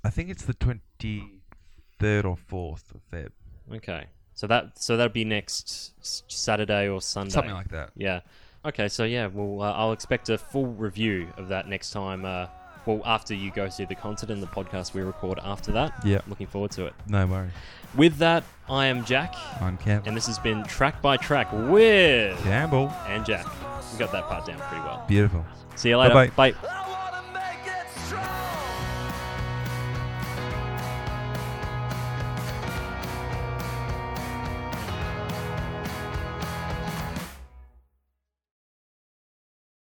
S2: I think it's the twenty third or fourth of Feb.
S1: Okay, so that so that'll be next s- Saturday or Sunday.
S2: Something like that.
S1: Yeah. Okay, so yeah, well, uh, I'll expect a full review of that next time. Uh, well, after you go see the concert and the podcast we record after that.
S2: Yeah.
S1: Looking forward to it.
S2: No worries.
S1: With that, I am Jack,
S2: I'm Campbell.
S1: and this has been Track by Track with
S2: Campbell.
S1: and Jack. We got that part down pretty well.
S2: Beautiful.
S1: See you later.
S2: Bye-bye.
S1: Bye.